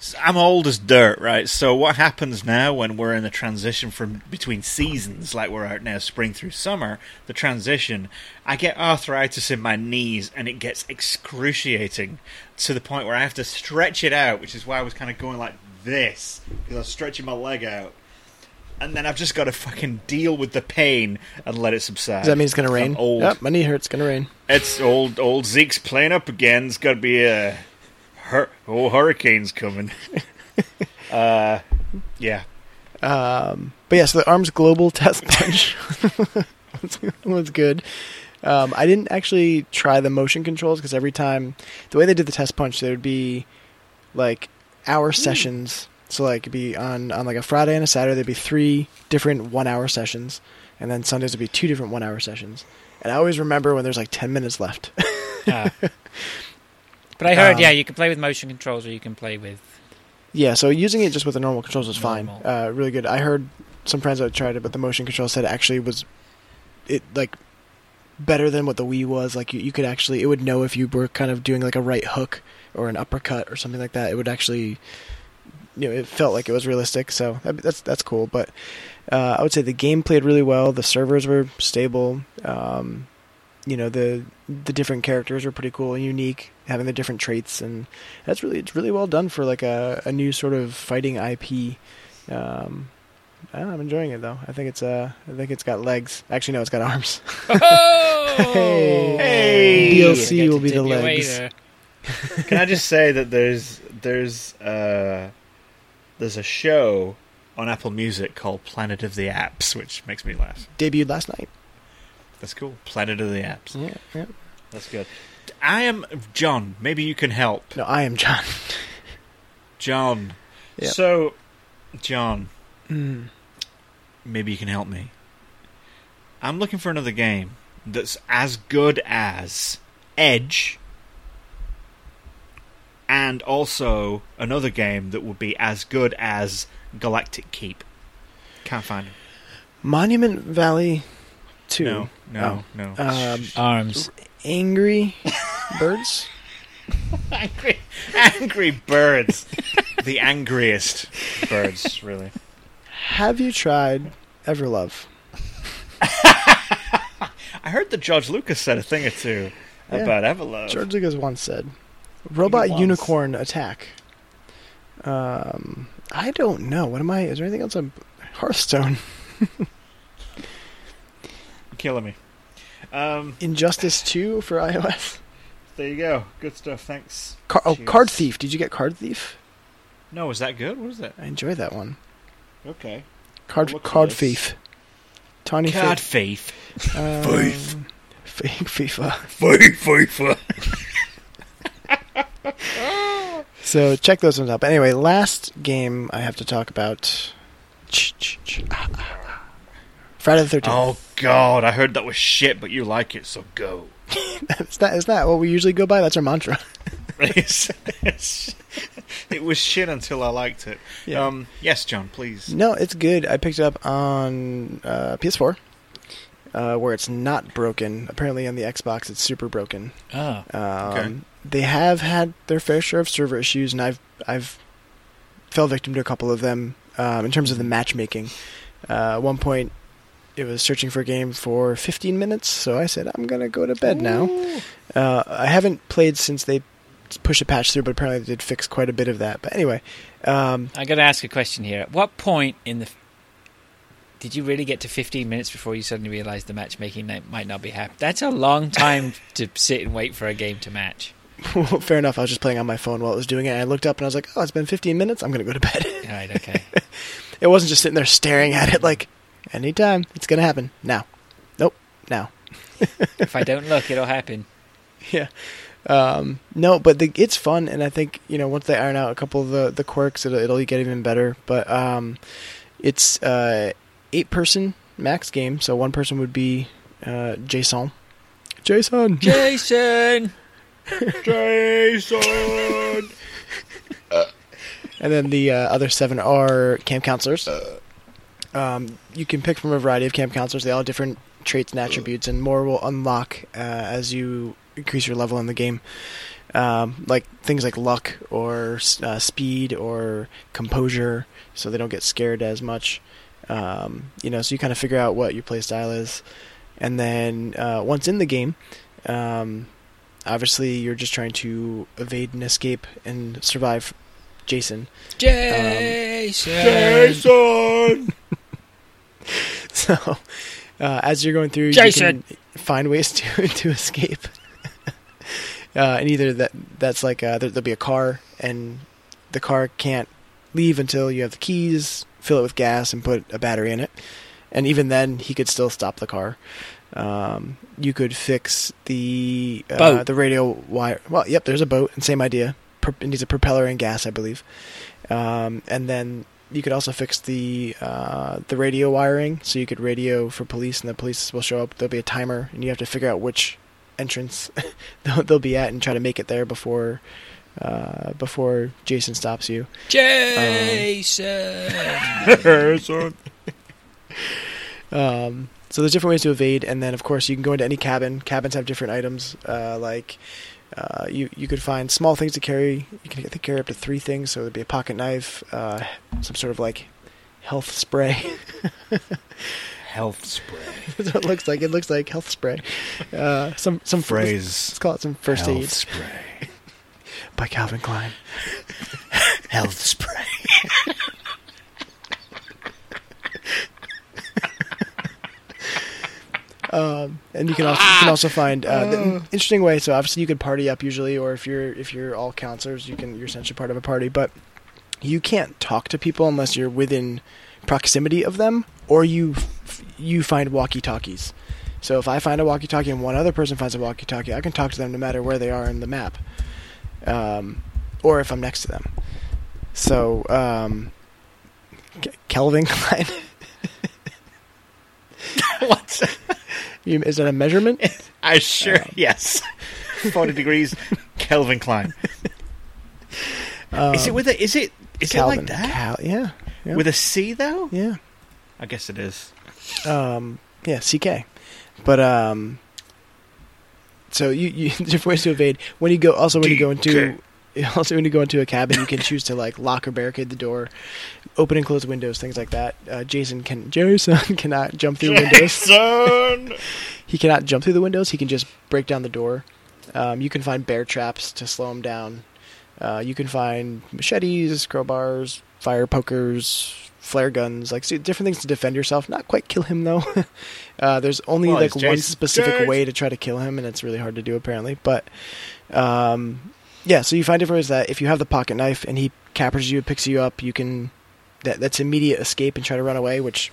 S2: So I'm old as dirt, right? So what happens now when we're in the transition from between seasons, like we're out now, spring through summer, the transition, I get arthritis in my knees and it gets excruciating to the point where I have to stretch it out, which is why I was kind of going like this because I was stretching my leg out. And then I've just got to fucking deal with the pain and let it subside.
S3: Does that mean it's gonna
S2: I'm
S3: rain?
S2: old.
S3: Yep, my knee hurts. Gonna rain.
S2: It's old old Zeke's playing up again. It's got to be a hur- oh hurricane's coming. uh, yeah.
S3: Um, But yeah, so the Arms Global Test Punch was good. Um, I didn't actually try the motion controls because every time the way they did the test punch, there would be like hour sessions. So like it'd be on on like a Friday and a Saturday, there'd be three different one hour sessions, and then Sundays would be two different one hour sessions. And I always remember when there's like ten minutes left.
S4: Ah. but I heard,
S3: Um,
S4: yeah, you can play with motion controls or you can play with.
S3: Yeah, so using it just with the normal controls was fine.
S4: Normal.
S3: Uh, really good. I heard some friends that tried it, but the motion control said it actually was it like better than what the Wii was. Like you, you could actually it would know if you were kind of doing like a right hook or an uppercut or something like that. It would actually you know it felt like it was realistic. So that, that's that's cool. But uh, I would say the game played really well. The servers were stable. Um, you know the the different characters were pretty cool and unique, having the different traits, and that's really it's really well done for like a, a new sort of fighting IP. Um, Uh, I'm enjoying it though. I think it's uh, I think it's got legs. Actually, no, it's got arms.
S4: Oh!
S3: Hey.
S2: Hey.
S3: DLC
S4: Get to
S3: will be
S4: take
S3: the
S4: you away
S3: legs.
S4: there.
S2: Can I just say that there's there's uh, there's a show on Apple Music called Planet of the Apps, which makes me laugh.
S3: Debuted last night.
S2: That's cool. Planet of the Apps.
S3: Yeah, yeah.
S2: That's good. I am John. Maybe you can help,
S3: No, I am John.
S2: John.
S3: Yep.
S2: So, John,
S3: Hmm.
S2: maybe you can help me. I'm looking for another game that's as good as Edge, and also another game that would be as good as Galactic Keep. Can't find it.
S3: Monument Valley, two.
S2: No, no, no.
S3: Um,
S4: uh, Arms.
S3: angry birds.
S2: angry, angry birds. the angriest birds, really.
S3: Have you tried Everlove?
S2: I heard that George Lucas said a thing or two
S3: Yeah.
S2: about Everlove.
S3: George Lucas once said, "Robot
S2: once.
S3: unicorn attack." Um, I don't know. What am I? Is there anything else on Hearthstone?
S2: Killing me. Um,
S3: Injustice Two for iOS.
S2: there you go. Good stuff. Thanks.
S3: Car- oh,
S2: Cheers.
S3: Card Thief. Did you get Card Thief?
S2: No, is that good? What is that?
S3: I enjoyed that one.
S2: Okay.
S3: Card
S2: I'll look for
S3: Card
S2: this.
S3: Thief. Tawny
S2: Card
S3: Fi-
S2: thief.
S3: um,
S6: Thief.
S3: Fake FIFA.
S6: Fight, fight, fight.
S3: So check those ones out. But anyway, last game I have to talk about. Ch- ch- ch- ah, ah, ah. Friday the Thirteenth.
S2: Oh God, I heard that was shit, but you like it, so go.
S3: Is that is that what we usually go by? That's our mantra.
S2: It's- it's- it was shit until I liked it.
S3: Yeah.
S2: Um, yes, John, please.
S3: No, it's good. I picked it up on uh, PS4, uh, where it's not broken. Apparently, on the Xbox, it's super broken.
S4: Oh.
S3: Um,
S2: Okay.
S3: They have had their fair share of server issues, and I've I've fell victim to a couple of them um, in terms of the matchmaking. Uh, at one point, it was searching for a game for 15 minutes, so I said I'm gonna go to bed now. Uh, I haven't played since they pushed a patch through, but apparently they did fix quite a bit of that. But anyway, um,
S4: I got to ask a question here. At what point in the did you really get to 15 minutes before you suddenly realized the matchmaking night might not be happening? That's a long time to sit and wait for a game to match.
S3: Well, fair enough. I was just playing on my phone while it was doing it. And I looked up and I was like, "Oh, it's been 15 minutes. I'm gonna go to bed."
S4: All right, okay.
S3: it wasn't just sitting there staring at it like, "Anytime, it's gonna happen now." Nope, now.
S4: if I don't look, it'll happen.
S3: Yeah. Um, no, but the, it's fun, and I think you know once they iron out a couple of the the quirks, it'll, it'll get even better. But um, it's uh, eight person max game, so one person would be uh, Jason. Jason.
S4: Jason!
S2: Jason.
S3: And then the uh, other seven are camp counselors. Um, you can pick from a variety of camp counselors. They all have different traits and attributes, and more will unlock uh, as you increase your level in the game. Um, like things like luck or uh, speed or composure, so they don't get scared as much. Um, you know, so you kind of figure out what your play style is, and then uh, once in the game, um, obviously you're just trying to evade and escape and survive Jason.
S4: Jason!
S2: Jason.
S3: So, uh, as you're going through,
S4: Jason!
S3: you can find ways to to escape. uh, and either that that's like uh, there, there'll be a car, and the car can't leave until you have the keys, fill it with gas, and put a battery in it. And even then, he could still stop the car. Um, you could fix the uh,
S4: Boat.
S3: the radio wire. Well, yep, there's a boat, and same idea. Pro- it needs a propeller and gas, I believe. Um, and then you could also fix the uh, the radio wiring, so you could radio for police, and the police will show up. There'll be a timer, and you have to figure out which entrance they'll, they'll be at, and try to make it there before uh, before Jason stops you.
S4: Jason!
S2: Jason.
S3: Um, so there's different ways to evade, and then of course you can go into any cabin. Cabins have different items, uh, like uh, you you could find small things to carry. You can I think carry up to three things, so there'd be a pocket knife, uh, some sort of like health spray.
S2: Health spray.
S3: That's what it looks like. It looks like health spray. Uh, some some Let's
S2: Phrase.
S3: call it some first
S2: health
S3: aid
S2: spray.
S3: by Calvin Klein.
S2: Health spray.
S3: Um, and you can also, you can also find uh, the interesting way. So obviously you can party up usually, or if you're if you're all counselors, you can you're essentially part of a party. But you can't talk to people unless you're within proximity of them, or you f- you find walkie talkies. So if I find a walkie talkie and one other person finds a walkie talkie, I can talk to them no matter where they are in the map, um, or if I'm next to them. So um, K- Kelvin Klein.
S2: What?
S3: You, is that a measurement?
S2: I sure
S3: Um,
S2: yes. Forty degrees Kelvin Klein. is it with a? Is it? Is it like that?
S3: Um, Cal- yeah. yeah.
S2: With a C though?
S3: yeah.
S2: I guess it is.
S3: Um, yeah, CK. But um, so you, you there's ways to evade when you go. Also, when you go into also when you go into a cabin, you can choose to like lock or barricade the door, open and close windows, things like that. Uh, Jason can Jason cannot jump through windows.
S2: Jason.
S3: He cannot jump through the windows. He can just break down the door. Um, you can find bear traps to slow him down. Uh, you can find machetes, crowbars, fire pokers, flare guns, like see, different things to defend yourself. Not quite kill him though. uh, there's only
S2: Well,
S3: like
S2: he's
S3: one
S2: Jason.
S3: specific
S2: Jason!
S3: way to try to kill him, and it's really hard to do apparently. But um, yeah, so you find different ways that if you have the pocket knife and he captures you, picks you up, you can that that's immediate escape and try to run away, which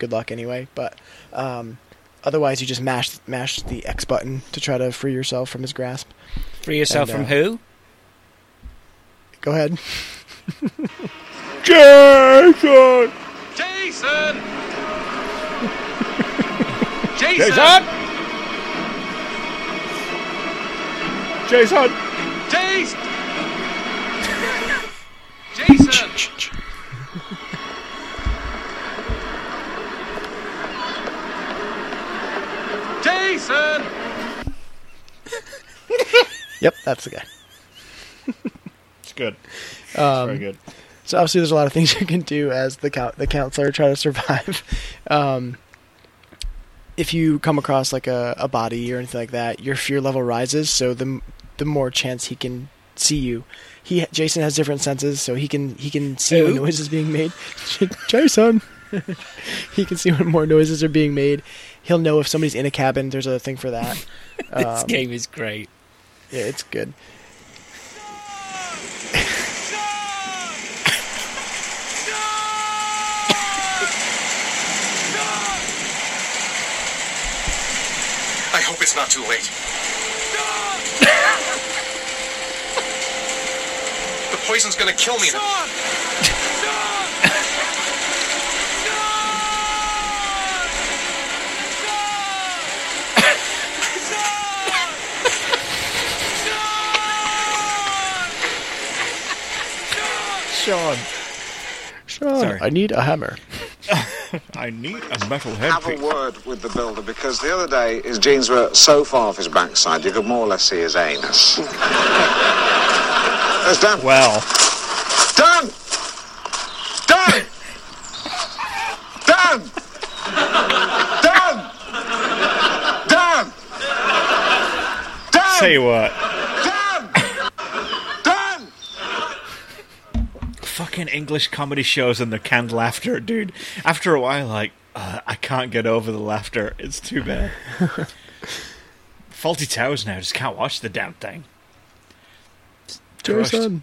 S3: good luck anyway. But um, otherwise, you just mash mash the X button to try to free yourself from his grasp.
S4: Free yourself
S3: And,
S4: from
S3: uh,
S4: who?
S3: Go ahead.
S2: Jason.
S7: Jason! Jason!
S2: Jason. Jason.
S7: Jason! Jason! Jason!
S3: Yep, that's the guy.
S2: It's good.
S3: Um,
S2: Very good.
S3: So obviously, there's a lot of things you can do as the cou- the counselor try to survive. Um, if you come across like a, a body or anything like that, your fear level rises. So the m- the more chance he can see you. He Jason has different senses, so he can he can see when
S4: Who?
S3: noises being made. Jason, he can see when more noises are being made. He'll know if somebody's in a cabin. There's a thing for that.
S4: this game is great.
S3: Yeah, it's good.
S8: I hope it's not too late. the poison's gonna kill me.
S2: Sean,
S3: Sean,
S2: Sorry.
S3: I need a hammer.
S2: I need a metal head.
S9: Have a word with the builder because the other day his jeans were so far off his backside you could more or less see his anus. That's done.
S2: Well,
S9: Done. Done. Done. Done. Done. Done.
S2: tell you what.
S9: Done. Done.
S2: fucking English comedy shows and their canned laughter, dude. After a while, like uh, I can't get over the laughter. It's too bad. Faulty Towers now just can't watch the damn thing. Crushed.
S3: Jason.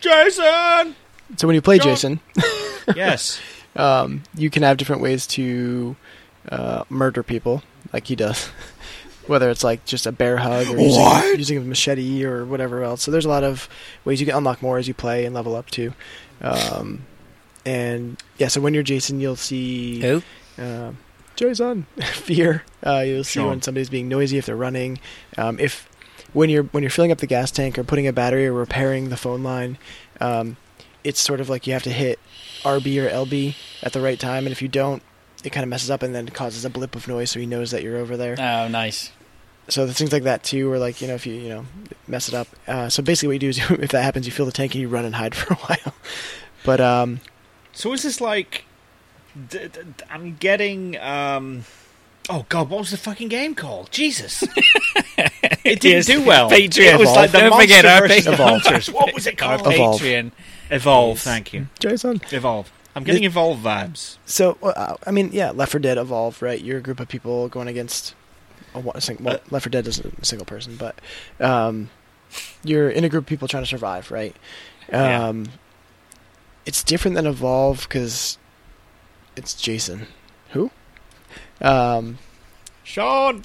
S2: Jason.
S3: So when you play
S2: Sean.
S3: Jason,
S2: yes.
S3: you can have different ways to uh, murder people, like he does. Whether it's like just a bear hug or using, using a machete or whatever else. So there's a lot of ways you can unlock more as you play and level up too. Um, and yeah, so when you're Jason, you'll see
S4: Who?
S3: um, Joy's on fear. Uh, you'll see
S2: Sean.
S3: when somebody's being noisy if they're running. Um, if when you're when you're filling up the gas tank or putting a battery or repairing the phone line, um, it's sort of like you have to hit RB or LB at the right time, and if you don't, it kind of messes up and then causes a blip of noise, so he knows that you're over there
S4: Oh, nice.
S3: so the things like that too where like you know if you you know mess it up uh, so basically what you do is if that happens you fill the tank and you run and hide for a while but um
S2: So is this like? D- d- d- I'm getting. um Oh God, what was the fucking game called? Jesus, it didn't
S4: Yes.
S2: do well.
S4: Patreon.
S2: It was like the
S4: Don't
S2: monster
S4: forget our
S2: versus the
S4: Patreon.
S2: hunters. What was it called?
S3: Evolve.
S4: Patreon.
S2: Evolve. Thank you.
S3: jason
S2: Evolve. I'm getting Evolve vibes.
S3: So, uh, I mean, yeah, Left 4 Dead evolved, right? You're a group of people going against a, one- a sing- well,
S2: Uh,
S3: Left 4 Dead isn't a single person, but um, you're in a group of people trying to survive, right?
S2: Yeah.
S3: Um, It's different than evolve because it's Jason. Who? Um,
S2: Sean,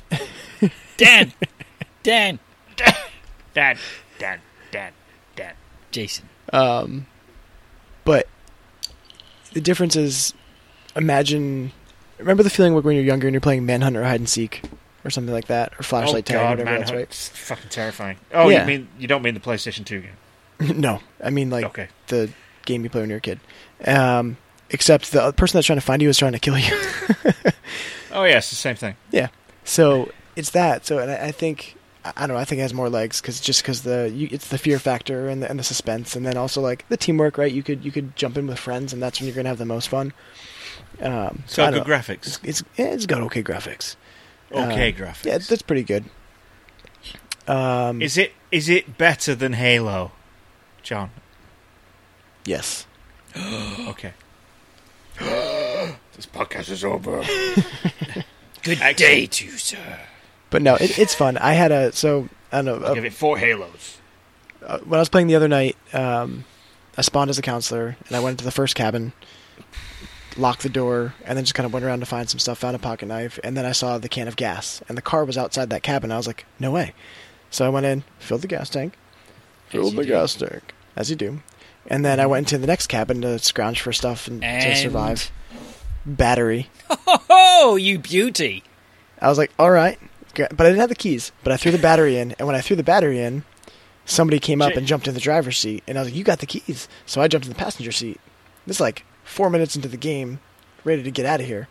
S4: Dan, Dan,
S2: Dad, Dad, Dad, Dad.
S4: Jason.
S3: Um, but the difference is, imagine, remember the feeling when you're younger and you're playing Manhunter or hide and seek or something like that, or
S2: Oh
S3: flashlight tag, or
S2: God,
S3: whatever
S2: man,
S3: that's right.
S2: it's fucking terrifying. Oh,
S3: Yeah.
S2: you mean you don't mean the PlayStation Two game?
S3: no, I mean like
S2: Okay.
S3: the game you play when you're a kid. Um, except the person that's trying to find you is trying to kill you.
S2: Oh yeah, it's the same thing.
S3: Yeah. So it's that. So and I, I think I I don't know. I think it has more legs because just because the you, it's the fear factor and the, and the suspense, and then also like the teamwork. Right? You could you could jump in with friends, and that's when you're gonna have the most fun. Um,
S2: So
S3: I
S2: good
S3: don't know.
S2: graphics.
S3: It's yeah, it's got okay graphics.
S2: Okay,
S3: Um,
S2: graphics.
S3: Yeah, that's pretty good. Um,
S2: Is it is it better than Halo, John?
S3: yes.
S2: Okay.
S6: This podcast is over.
S4: Good
S2: Excellent.
S4: day to you, sir.
S3: But no, it, it's fun. I had a so I don't know. a-
S2: Give it four Halos.
S3: uh, when I was playing the other night, um, I spawned as a counselor, and I went into the first cabin, locked the door, and then just kind of went around to find some stuff. Found a pocket knife, and then I saw the can of gas, and the car was outside that cabin. I was like, "No way!" So I went in, filled the gas tank, filled the gas tank, as you do, and then I went into the next cabin to scrounge for stuff and, to
S4: And-
S3: survive. Battery.
S4: Oh, you beauty.
S3: I was like, "All right," gra- but I didn't have the keys. But I threw the battery in, and when I threw the battery in, somebody came up
S2: Jay-
S3: and jumped in the driver's seat, and I was like, "You got the keys!" So I jumped in the passenger seat. This is like four minutes into the game, ready to get out of here.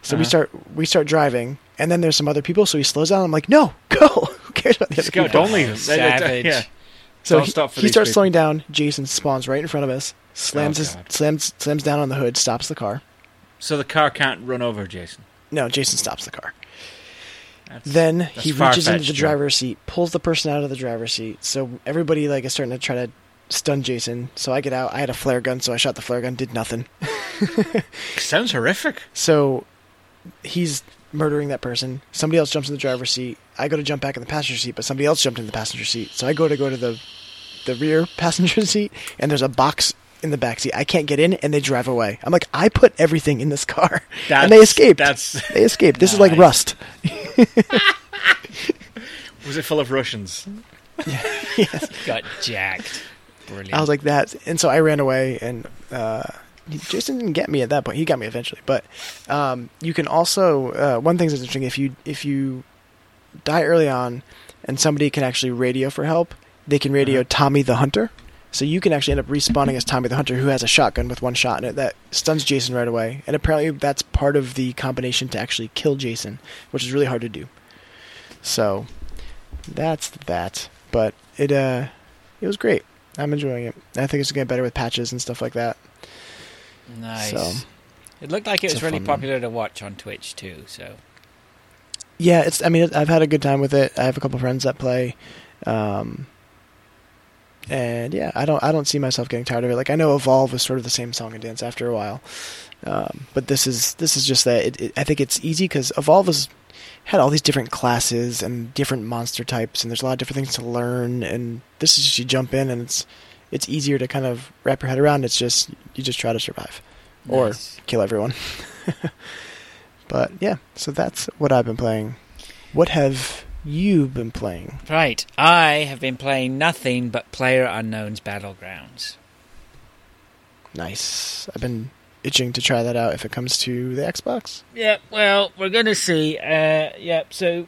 S3: So
S2: Uh-huh.
S3: we start we start driving, and then there's some other people. So he slows down. I'm like, "No, go! Who cares about the other
S2: Just go.
S3: people?"
S2: Don't leave. them. They- they-
S4: Savage.
S2: Yeah.
S3: So
S2: Don't
S3: he,
S2: stop for
S3: he
S2: these
S3: starts
S2: people.
S3: slowing down. Jason spawns right in front of us, slams
S2: Oh,
S3: his,
S2: God.
S3: slams slams down on the hood, stops the car.
S2: So the car can't run over Jason.
S3: No, Jason stops the car.
S2: That's-
S3: Then he reaches into
S2: far-fetched,
S3: the
S2: Joe.
S3: driver's seat, pulls the person out of the driver's seat. So everybody like is starting to try to stun Jason. So I get out. I had a flare gun, so I shot the flare gun. Did nothing.
S2: sounds horrific.
S3: So he's murdering that person. Somebody else jumps in the driver's seat. I go to jump back in the passenger seat, but somebody else jumped in the passenger seat. So I go to go to the the rear passenger seat, and there's a box in the back seat. I can't get in, and they drive away. I'm like, I put everything in this car, and they
S2: That's-
S3: escaped.
S2: that's-
S3: they escaped. This is like
S2: Nice.
S3: Rust.
S2: Was it full of Russians?
S4: Got jacked. Brilliant.
S3: I was like that, and so I ran away, and uh, Jason didn't get me at that point. He got me eventually, but um, you can also uh, one thing that's interesting if you if you die early on, and somebody can actually radio for help, they can radio Tommy the Hunter. So you can actually end up respawning as Tommy the Hunter, who has a shotgun with one shot in it that stuns Jason right away. And apparently that's part of the combination to actually kill Jason, which is really hard to do. So that's that. But it uh it was great. I'm enjoying it. I think it's getting better with patches and stuff like that.
S4: nice.
S3: so-
S4: it looked like it
S3: It's
S4: was
S3: a
S4: really
S3: fun one.
S4: popular to watch on Twitch too. So
S3: Yeah, it's. I mean, I've had a good time with it. I have a couple friends that play, um, and yeah, I don't. I don't see myself getting tired of it. Like I know Evolve was sort of the same song and dance after a while, um, but this is this is just that. It, it, I think it's easy because Evolve has had all these different classes and different monster types, and there's a lot of different things to learn. And this is just you jump in, and it's it's easier to kind of wrap your head around. It's just you just try to survive or
S4: Nice.
S3: kill everyone. But yeah, so that's what I've been playing. What have you been playing?
S4: right, I have been playing nothing but Player Unknown's Battlegrounds.
S3: Nice. I've been itching to try that out if it comes to the Xbox.
S4: Yeah, well, we're going to see. Uh, yeah, so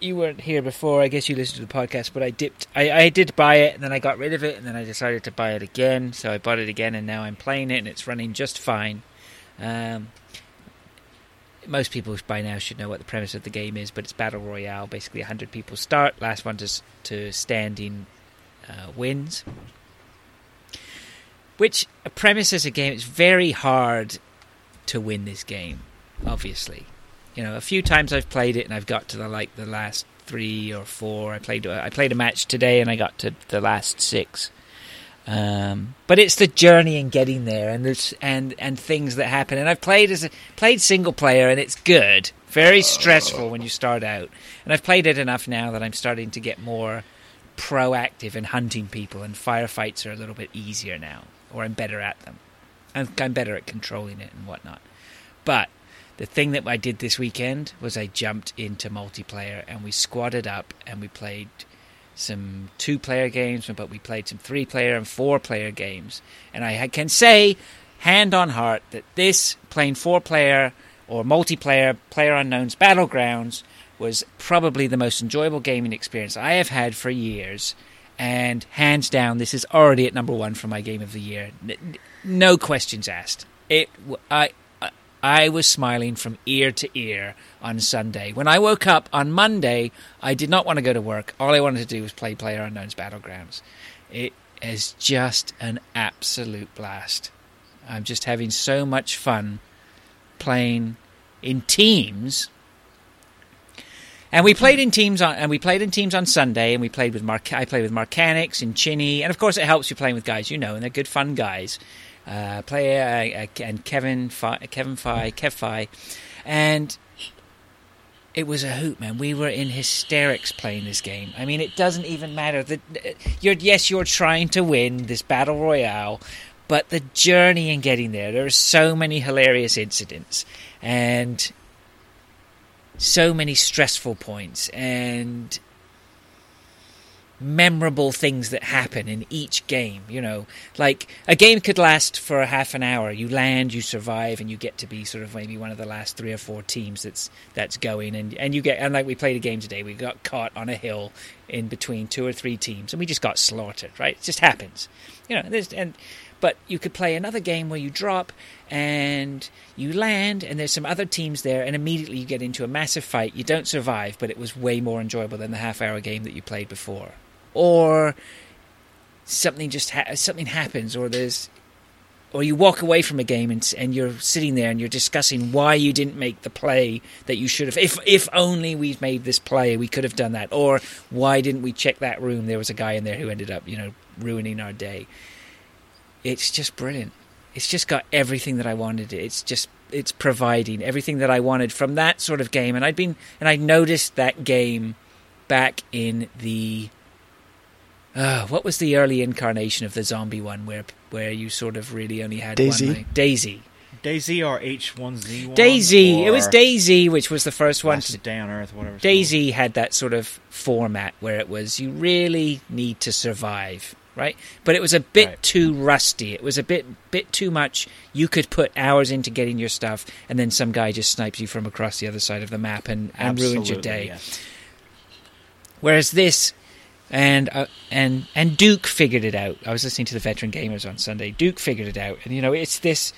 S4: you weren't here before. I guess you listened to the podcast, but I dipped. I, I did buy it, and then I got rid of it, and then I decided to buy it again. So I bought it again, and now I'm playing it, and it's running just fine. Um, most people by now should know what the premise of the game is, but it's battle royale. Basically, 100 people start. Last one to s- to standing uh, wins. Which a premise as a game, it's very hard to win this game obviously. You know, a few times I've played it and I've got to the like the last three or four. I played I played a match today and I got to the last six. Um, but it's the journey and getting there, and there's, and and things that happen. And I've played as a, played single player, and it's good. Very stressful when you start out, and I've played it enough now that I'm starting to get more proactive in hunting people, and firefights are a little bit easier now, or I'm better at them. I'm, I'm better at controlling it and whatnot. But the thing that I did this weekend was I jumped into multiplayer and we squadded up and we played some two player games, but we played some three player and four player games. And I ha- can say, hand on heart, that this playing four player or multiplayer Player Unknown's Battlegrounds was probably the most enjoyable gaming experience I have had for years. And hands down, this is already at number one for my game of the year. N- n- No questions asked. It, w- I, I was smiling from ear to ear on Sunday. When I woke up on Monday, I did not want to go to work. All I wanted to do was play Player Unknown's Battlegrounds. It is just an absolute blast. I'm just having so much fun playing in teams. And we played in teams on and we played in teams on Sunday and we played with Mar- I played with Marcanix and Chinny and of course it helps you playing with guys you know and they're good fun guys. Uh, player uh, uh, and Kevin Fi Kevin Fi Kev Fi and it was a hoot, man. We were in hysterics playing this game. I mean, it doesn't even matter. The, you're yes, you're trying to win this battle royale, but the journey in getting there. There are so many hilarious incidents and so many stressful points and memorable things that happen in each game. You know, like a game could last for a half an hour. You land, you survive, and you get to be sort of maybe one of the last three or four teams that's that's going. And and you get and like we played a game today, we got caught on a hill in between two or three teams, and we just got slaughtered. Right, it just happens. You know, there's and. But you could play another game where you drop and you land, and there's some other teams there, and immediately you get into a massive fight. You don't survive, but it was way more enjoyable than the half hour game that you played before or something just ha- something happens or there's or you walk away from a game and, s- and you're sitting there and you're discussing why you didn't make the play that you should have if if only we'd made this play we could have done that or why didn't we check that room there was a guy in there who ended up you know ruining our day it's just brilliant it's just got everything that I wanted. It's just it's providing everything that I wanted from that sort of game. And I'd been and I noticed that game back in the uh, what was the early incarnation of the zombie one where where you sort of really only had
S3: Daisy?
S4: one like, Daisy.
S2: Daisy or H1Z1?
S4: Daisy. It was
S2: or
S4: Daisy which was the first one
S2: Last
S4: to
S2: Day on Earth, whatever. it's
S4: Daisy had that sort of format where it was you really need to survive, right? But it was a bit
S2: Right.
S4: too rusty. It was a bit bit too much. You could put hours into getting your stuff, and then some guy just snipes you from across the other side of the map and,
S2: called.
S4: and ruins your
S2: Absolutely,
S4: day.
S2: yes.
S4: Whereas this, and uh, and and Duke figured it out. I was listening to the veteran gamers on Sunday. Duke figured it out, and you know it's this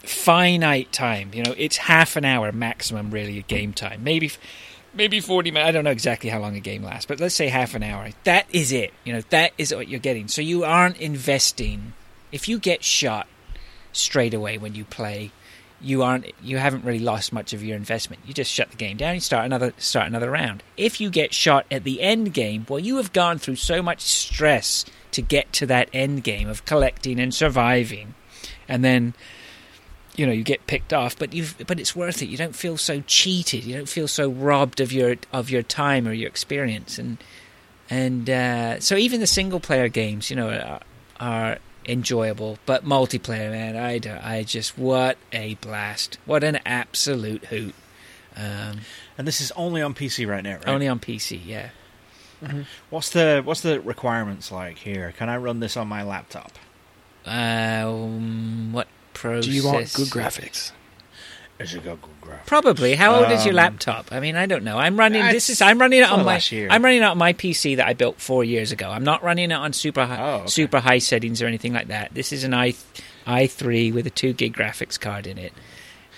S4: finite time. You know it's half an hour maximum, really, of game time. Maybe maybe forty minutes. I don't know exactly how long a game lasts, but let's say half an hour. That is it. You know that is what you're getting. So you aren't investing. If you get shot straight away when you play. You aren't you haven't really lost much of your investment. You just shut the game down, you start another start another round. If you get shot at the end game, well you have gone through so much stress to get to that end game of collecting and surviving. And then you know, you get picked off, but you've but it's worth it. You don't feel so cheated. You don't feel so robbed of your of your time or your experience and and uh, so even the single player games, you know, are, are enjoyable. But multiplayer, man, I don't- I just what a blast! What an absolute hoot! Um,
S2: And this is only on PC right now, right?
S4: Only on PC, yeah.
S2: What's the what's the requirements like here? Can I run this on my laptop?
S4: Um, what process?
S3: Do you want good graphics?
S2: Is it got good graphics?
S4: Probably. How old is your
S2: Um,
S4: laptop? I mean, I don't know. I'm running. This
S2: It's
S4: is. I'm running it
S2: sort
S4: on
S2: of
S4: my.
S2: last year.
S4: I'm running it on my PC that I built four years ago. I'm not running it on super high,
S2: Oh, okay.
S4: super high settings or anything like that. This is an i i3 with a two gig graphics card in it,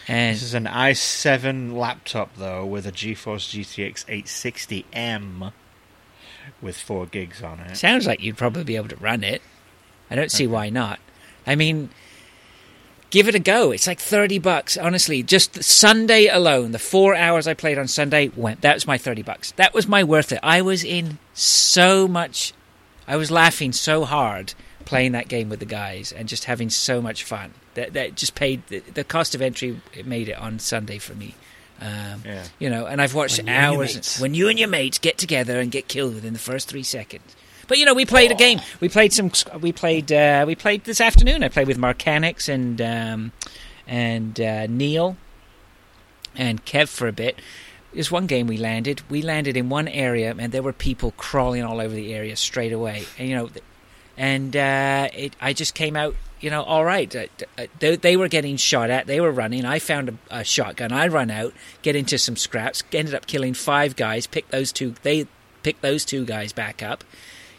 S4: and
S2: This is an i7 laptop though with a GeForce GTX 860M with four gigs on it.
S4: Sounds like you'd probably be able to run it. I don't see why not. I mean, give it a go. It's like 30 bucks, honestly. Just the Sunday alone, the four hours I played on Sunday went. That was my 30 bucks. That was my worth it. I was in so much. I was laughing so hard playing that game with the guys and just having so much fun. That that just paid the, the cost of entry. It made it on Sunday for me. Um,
S2: Yeah.
S4: You know, and I've watched
S3: When you and your
S4: hours
S3: mates.
S4: when you and your mates get together and get killed within the first three seconds. But you know, we played a game. We played some. We played. Uh, we played this afternoon. I played with Marcanix and um, and uh, Neil and Kev for a bit. There's one game we landed. We landed in one area, and there were people crawling all over the area straight away. And you know, th- and uh, it, I just came out, you know, all right. Uh, d- uh, They, they were getting shot at. They were running. I found a, a shotgun. I run out, get into some scraps. Ended up killing five guys. Picked those two. They picked those two guys back up,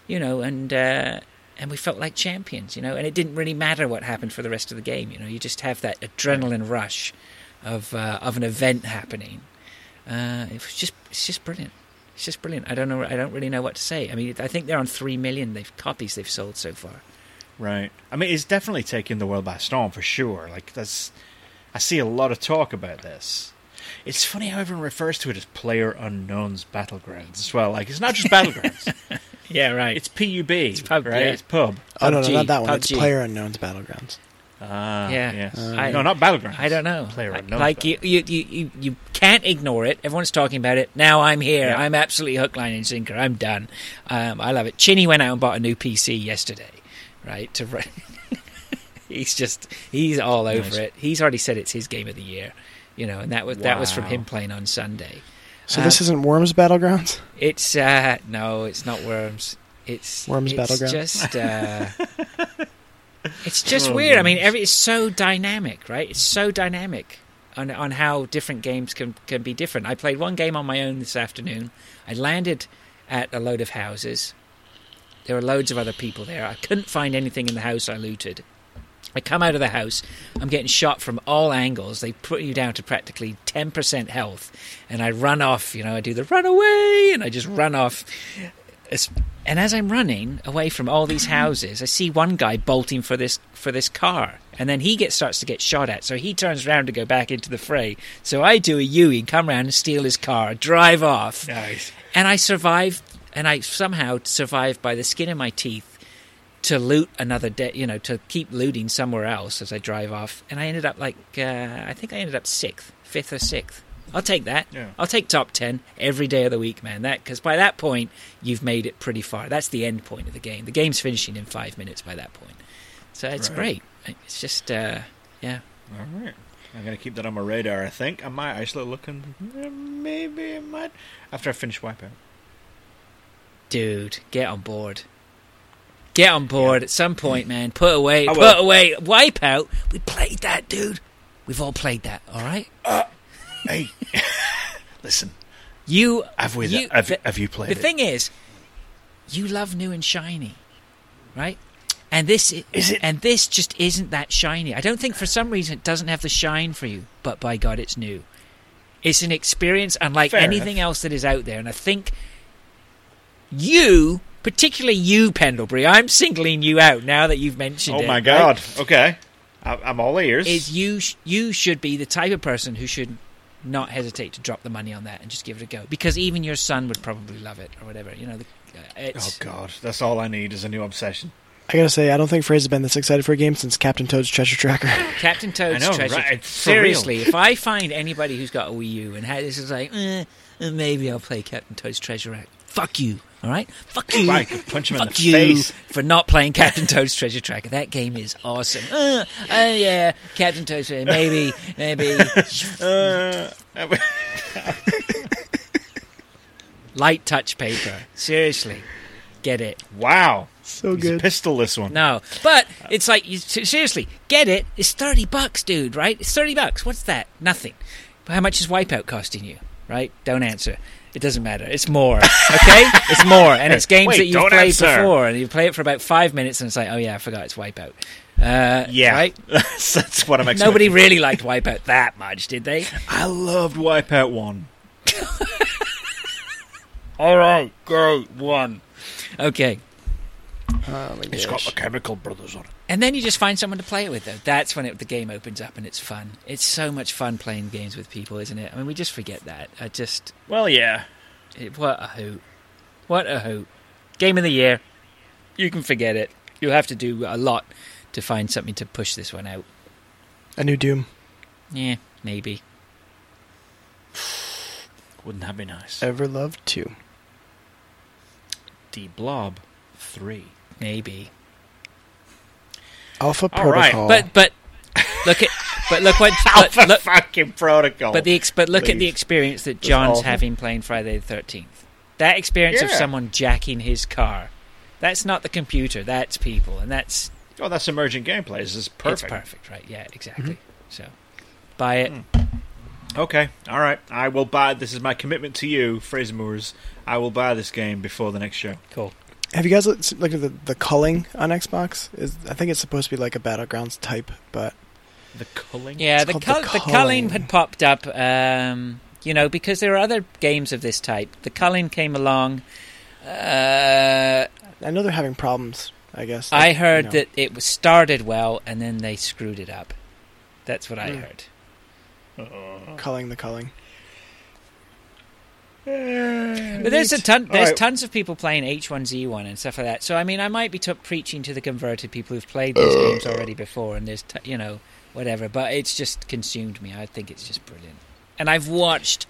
S4: you know, and uh, and we felt like champions, you know. And it didn't really matter what happened for the rest of the game, you know. You just have that adrenaline rush of uh, of an event happening. Uh, it was just it's just brilliant. It's just brilliant. I don't know. I don't really know what to say. I mean, I think they're on three million. They've copies they've sold so far.
S2: Right. I mean, it's definitely taking the world by storm for sure. Like that's, I see a lot of talk about this. It's funny how everyone refers to it as player unknowns battlegrounds as well. Like it's not just battlegrounds;
S4: Yeah, right.
S2: it's PUB, it's
S4: pub,
S2: right?
S4: yeah.
S2: It's pub.
S3: Oh no, no,
S4: PUBG,
S3: not that one. It's
S4: PUBG.
S3: Player Unknown's Battlegrounds.
S2: Ah,
S4: Yeah.
S2: yes.
S4: Uh, I-
S2: no, not battlegrounds.
S4: I don't know.
S2: Player
S4: I-
S2: unknown.
S4: like you, you, you, you, you can't ignore it. Everyone's talking about it. Now I'm here.
S2: Yeah.
S4: I'm absolutely hook, line, and sinker. I'm done. Um, I love it. Chinny went out and bought a new PC yesterday, right? To run. he's just he's all over
S2: Nice.
S4: it. He's already said it's his game of the year, you know, and that was that was from
S2: Wow.
S4: him playing on Sunday.
S3: So
S4: Uh,
S3: this isn't Worms Battlegrounds.
S4: It's uh no, it's not worms. It's
S3: Worms
S4: it's
S3: Battleground.
S4: Just uh, it's just
S2: Oh,
S4: weird. I mean,
S2: worms.
S4: every it's so dynamic, right? It's so dynamic on on how different games can can be different. I played one game on my own this afternoon. I landed at a load of houses. There were loads of other people there. I couldn't find anything in the house I looted. I come out of the house. I'm getting shot from all angles. They put you down to practically 10% health. And I run off. You know, I do the run away and I just run off. It's- and as I'm running away from all these houses, I see one guy bolting for this for this car, and then he gets starts to get shot at. So he turns around to go back into the fray. So I do a Yui, come around and steal his car, drive off,
S2: Nice.
S4: and I survived. And I somehow survived by the skin of my teeth to loot another day, you know, to keep looting somewhere else as I drive off. And I ended up like, uh, I think I ended up sixth, fifth or sixth. I'll take that.
S2: Yeah.
S4: I'll take top 10 every day of the week, man. That Because by that point, you've made it pretty far. That's the end point of the game. The game's finishing in five minutes by that point. So it's
S2: Right.
S4: great. It's just, uh, yeah.
S2: All right. I'm gonna keep that on my radar. I think I might actually look and maybe I might after I finish Wipeout.
S4: Dude, get on board. Get on board at some point, man. Put away,
S2: I
S4: put
S2: will.
S4: away, wipe out. We played that, dude. We've all played that, all right?
S2: Hey, listen,
S4: You
S2: have we?
S4: you-
S2: have,
S4: the-
S2: have you played
S4: the
S2: it?
S4: thing is, you love new and shiny, right? And this i-
S2: Is it-
S4: and this just isn't that shiny. I don't think for some reason it doesn't have the shine for you, but by God, it's new. It's an experience unlike
S2: Fair
S4: anything else that is out there, and I think you, particularly you, Pendlebury, I'm singling you out now that you've mentioned
S2: Oh
S4: it.
S2: my
S4: right?
S2: god. Okay. I, I'm all ears.
S4: Is you sh- you should be the type of person who should not hesitate to drop the money on that and just give it a go because even your son would probably love it or whatever. You know, the, uh,
S2: Oh
S4: it's,
S2: god, that's all I need is a new obsession.
S3: I gotta say, I don't think Fraser's been this excited for a game since Captain Toad's Treasure Tracker.
S4: Captain Toad's
S2: I know,
S4: treasure.
S2: right, for real.
S4: Seriously, if I find anybody who's got a Wii U and ha- this is like, eh, eh, maybe I'll play Captain Toad's treasure. Act. Fuck you. All right, fuck you.
S2: I could punch him in
S4: Fuck
S2: the
S4: you
S2: face.
S4: for not playing Captain Toad's Treasure Tracker. That game is awesome. Uh, uh, yeah, Captain Toad's Treasure. Maybe, maybe
S2: Uh,
S4: light touch paper. Seriously, get it.
S2: wow.
S3: so
S2: He's a
S3: good.
S2: pistol this one.
S4: No, but it's like you, se- seriously, get it? It's thirty bucks, dude. Right? It's thirty bucks. What's that? Nothing. But how much is Wipeout costing you? Right? Don't answer. It doesn't matter. It's more. Okay? it's more, and it's games
S2: Wait,
S4: that you've
S2: don't
S4: played
S2: answer.
S4: before, and you play it for about five minutes, and it's like, oh yeah, I forgot it's Wipeout. Uh,
S2: Yeah.
S4: Right?
S2: that's what I'm expecting.
S4: Nobody really liked Wipeout that much, did they?
S2: I loved Wipeout 1.
S4: All right, great one. Okay.
S2: It's got the Chemical Brothers on it.
S4: And then you just find someone to play it with, though. That's when it, the game opens up and it's fun. It's so much fun playing games with people, isn't it? I mean, we just forget that. I just,
S2: Well, yeah.
S4: it, what a hoot. What a hoot. Game of the year. You can forget it. You'll have to do a lot to find something to push this one out.
S3: A new Doom.
S4: Yeah, maybe.
S2: Wouldn't that be nice?
S3: Ever loved two.
S2: The Blob 3.
S4: Maybe.
S3: Alpha
S2: All right,
S3: Protocol.
S4: But but look at but look what but
S2: Alpha
S4: look,
S2: fucking protocol.
S4: but the ex- but look at the
S2: Please.
S4: experience that
S2: That's
S4: John's
S2: awful.
S4: having playing Friday the Thirteenth. That experience of
S2: Yeah.
S4: someone jacking his car. That's not the computer. That's people, and that's
S2: oh, that's emergent gameplay. This is perfect.
S4: perfect.
S2: Mm-hmm.
S4: It's perfect, right? Yeah, exactly. So buy it.
S2: Okay, all right. I will buy. This is my commitment to you, Fraser Moores. I will buy this game before the next show.
S4: Cool.
S3: Have you guys looked, looked at the, the culling on Xbox? Is, I think it's supposed to be like a Battlegrounds type, but
S2: The culling.
S4: Yeah,
S3: It's
S4: the,
S3: called the
S4: cull- the culling
S3: culling.
S4: had popped up, um, you know, because there are other games of this type. The culling came along. Uh,
S3: I know they're having problems. I guess.
S4: I
S3: Like,
S4: heard
S3: you know.
S4: that it was started well and then they screwed it up. That's what I
S3: Hmm.
S4: heard.
S3: culling the culling.
S4: But there's a ton. There's
S2: Alright.
S4: tons of people playing H1Z1 and stuff like that. So I mean, I might be t- preaching to the converted people who've played these
S3: Uh.
S4: games already before, and there's t- you know whatever. But it's just consumed me. I think it's just brilliant, and I've watched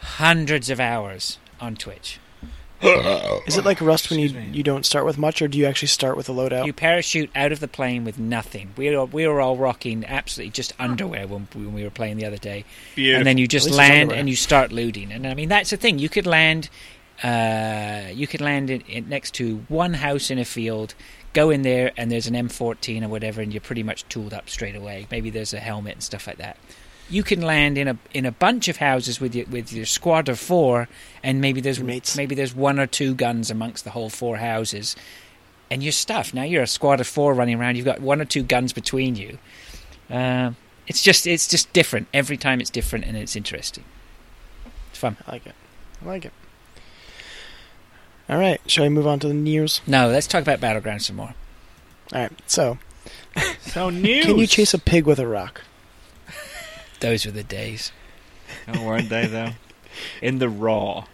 S4: hundreds of hours on Twitch.
S3: Is it like Rust when you
S2: Oh, Excuse me.
S3: you don't start with much, or do you actually start with a loadout?
S4: You parachute out of the plane with nothing. We were we were all rocking absolutely just underwear when, when we were playing the other day,
S2: Beautiful.
S4: and then you just
S3: least it's
S4: land
S3: underwear.
S4: and you start looting. And I mean, that's the thing. You could land, uh, you could land in, in, next to one house in a field, go in there, and there's an M14 or whatever, and you're pretty much tooled up straight away. Maybe there's a helmet and stuff like that. You can land in a in a bunch of houses with your with your squad of four, and maybe there's
S3: Your mates.
S4: maybe there's one or two guns amongst the whole four houses, and you're stuffed. Now you're a squad of four running around. You've got one or two guns between you. Um, it's just it's just different every time. It's different and it's interesting. It's fun.
S3: I like it. I like it. All right, shall we move on to the news?
S4: No, let's talk about Battleground some more.
S3: All right, so
S2: so news.
S3: can you chase a pig with a rock?
S4: Those were the days.
S2: Oh, weren't they though? In the raw.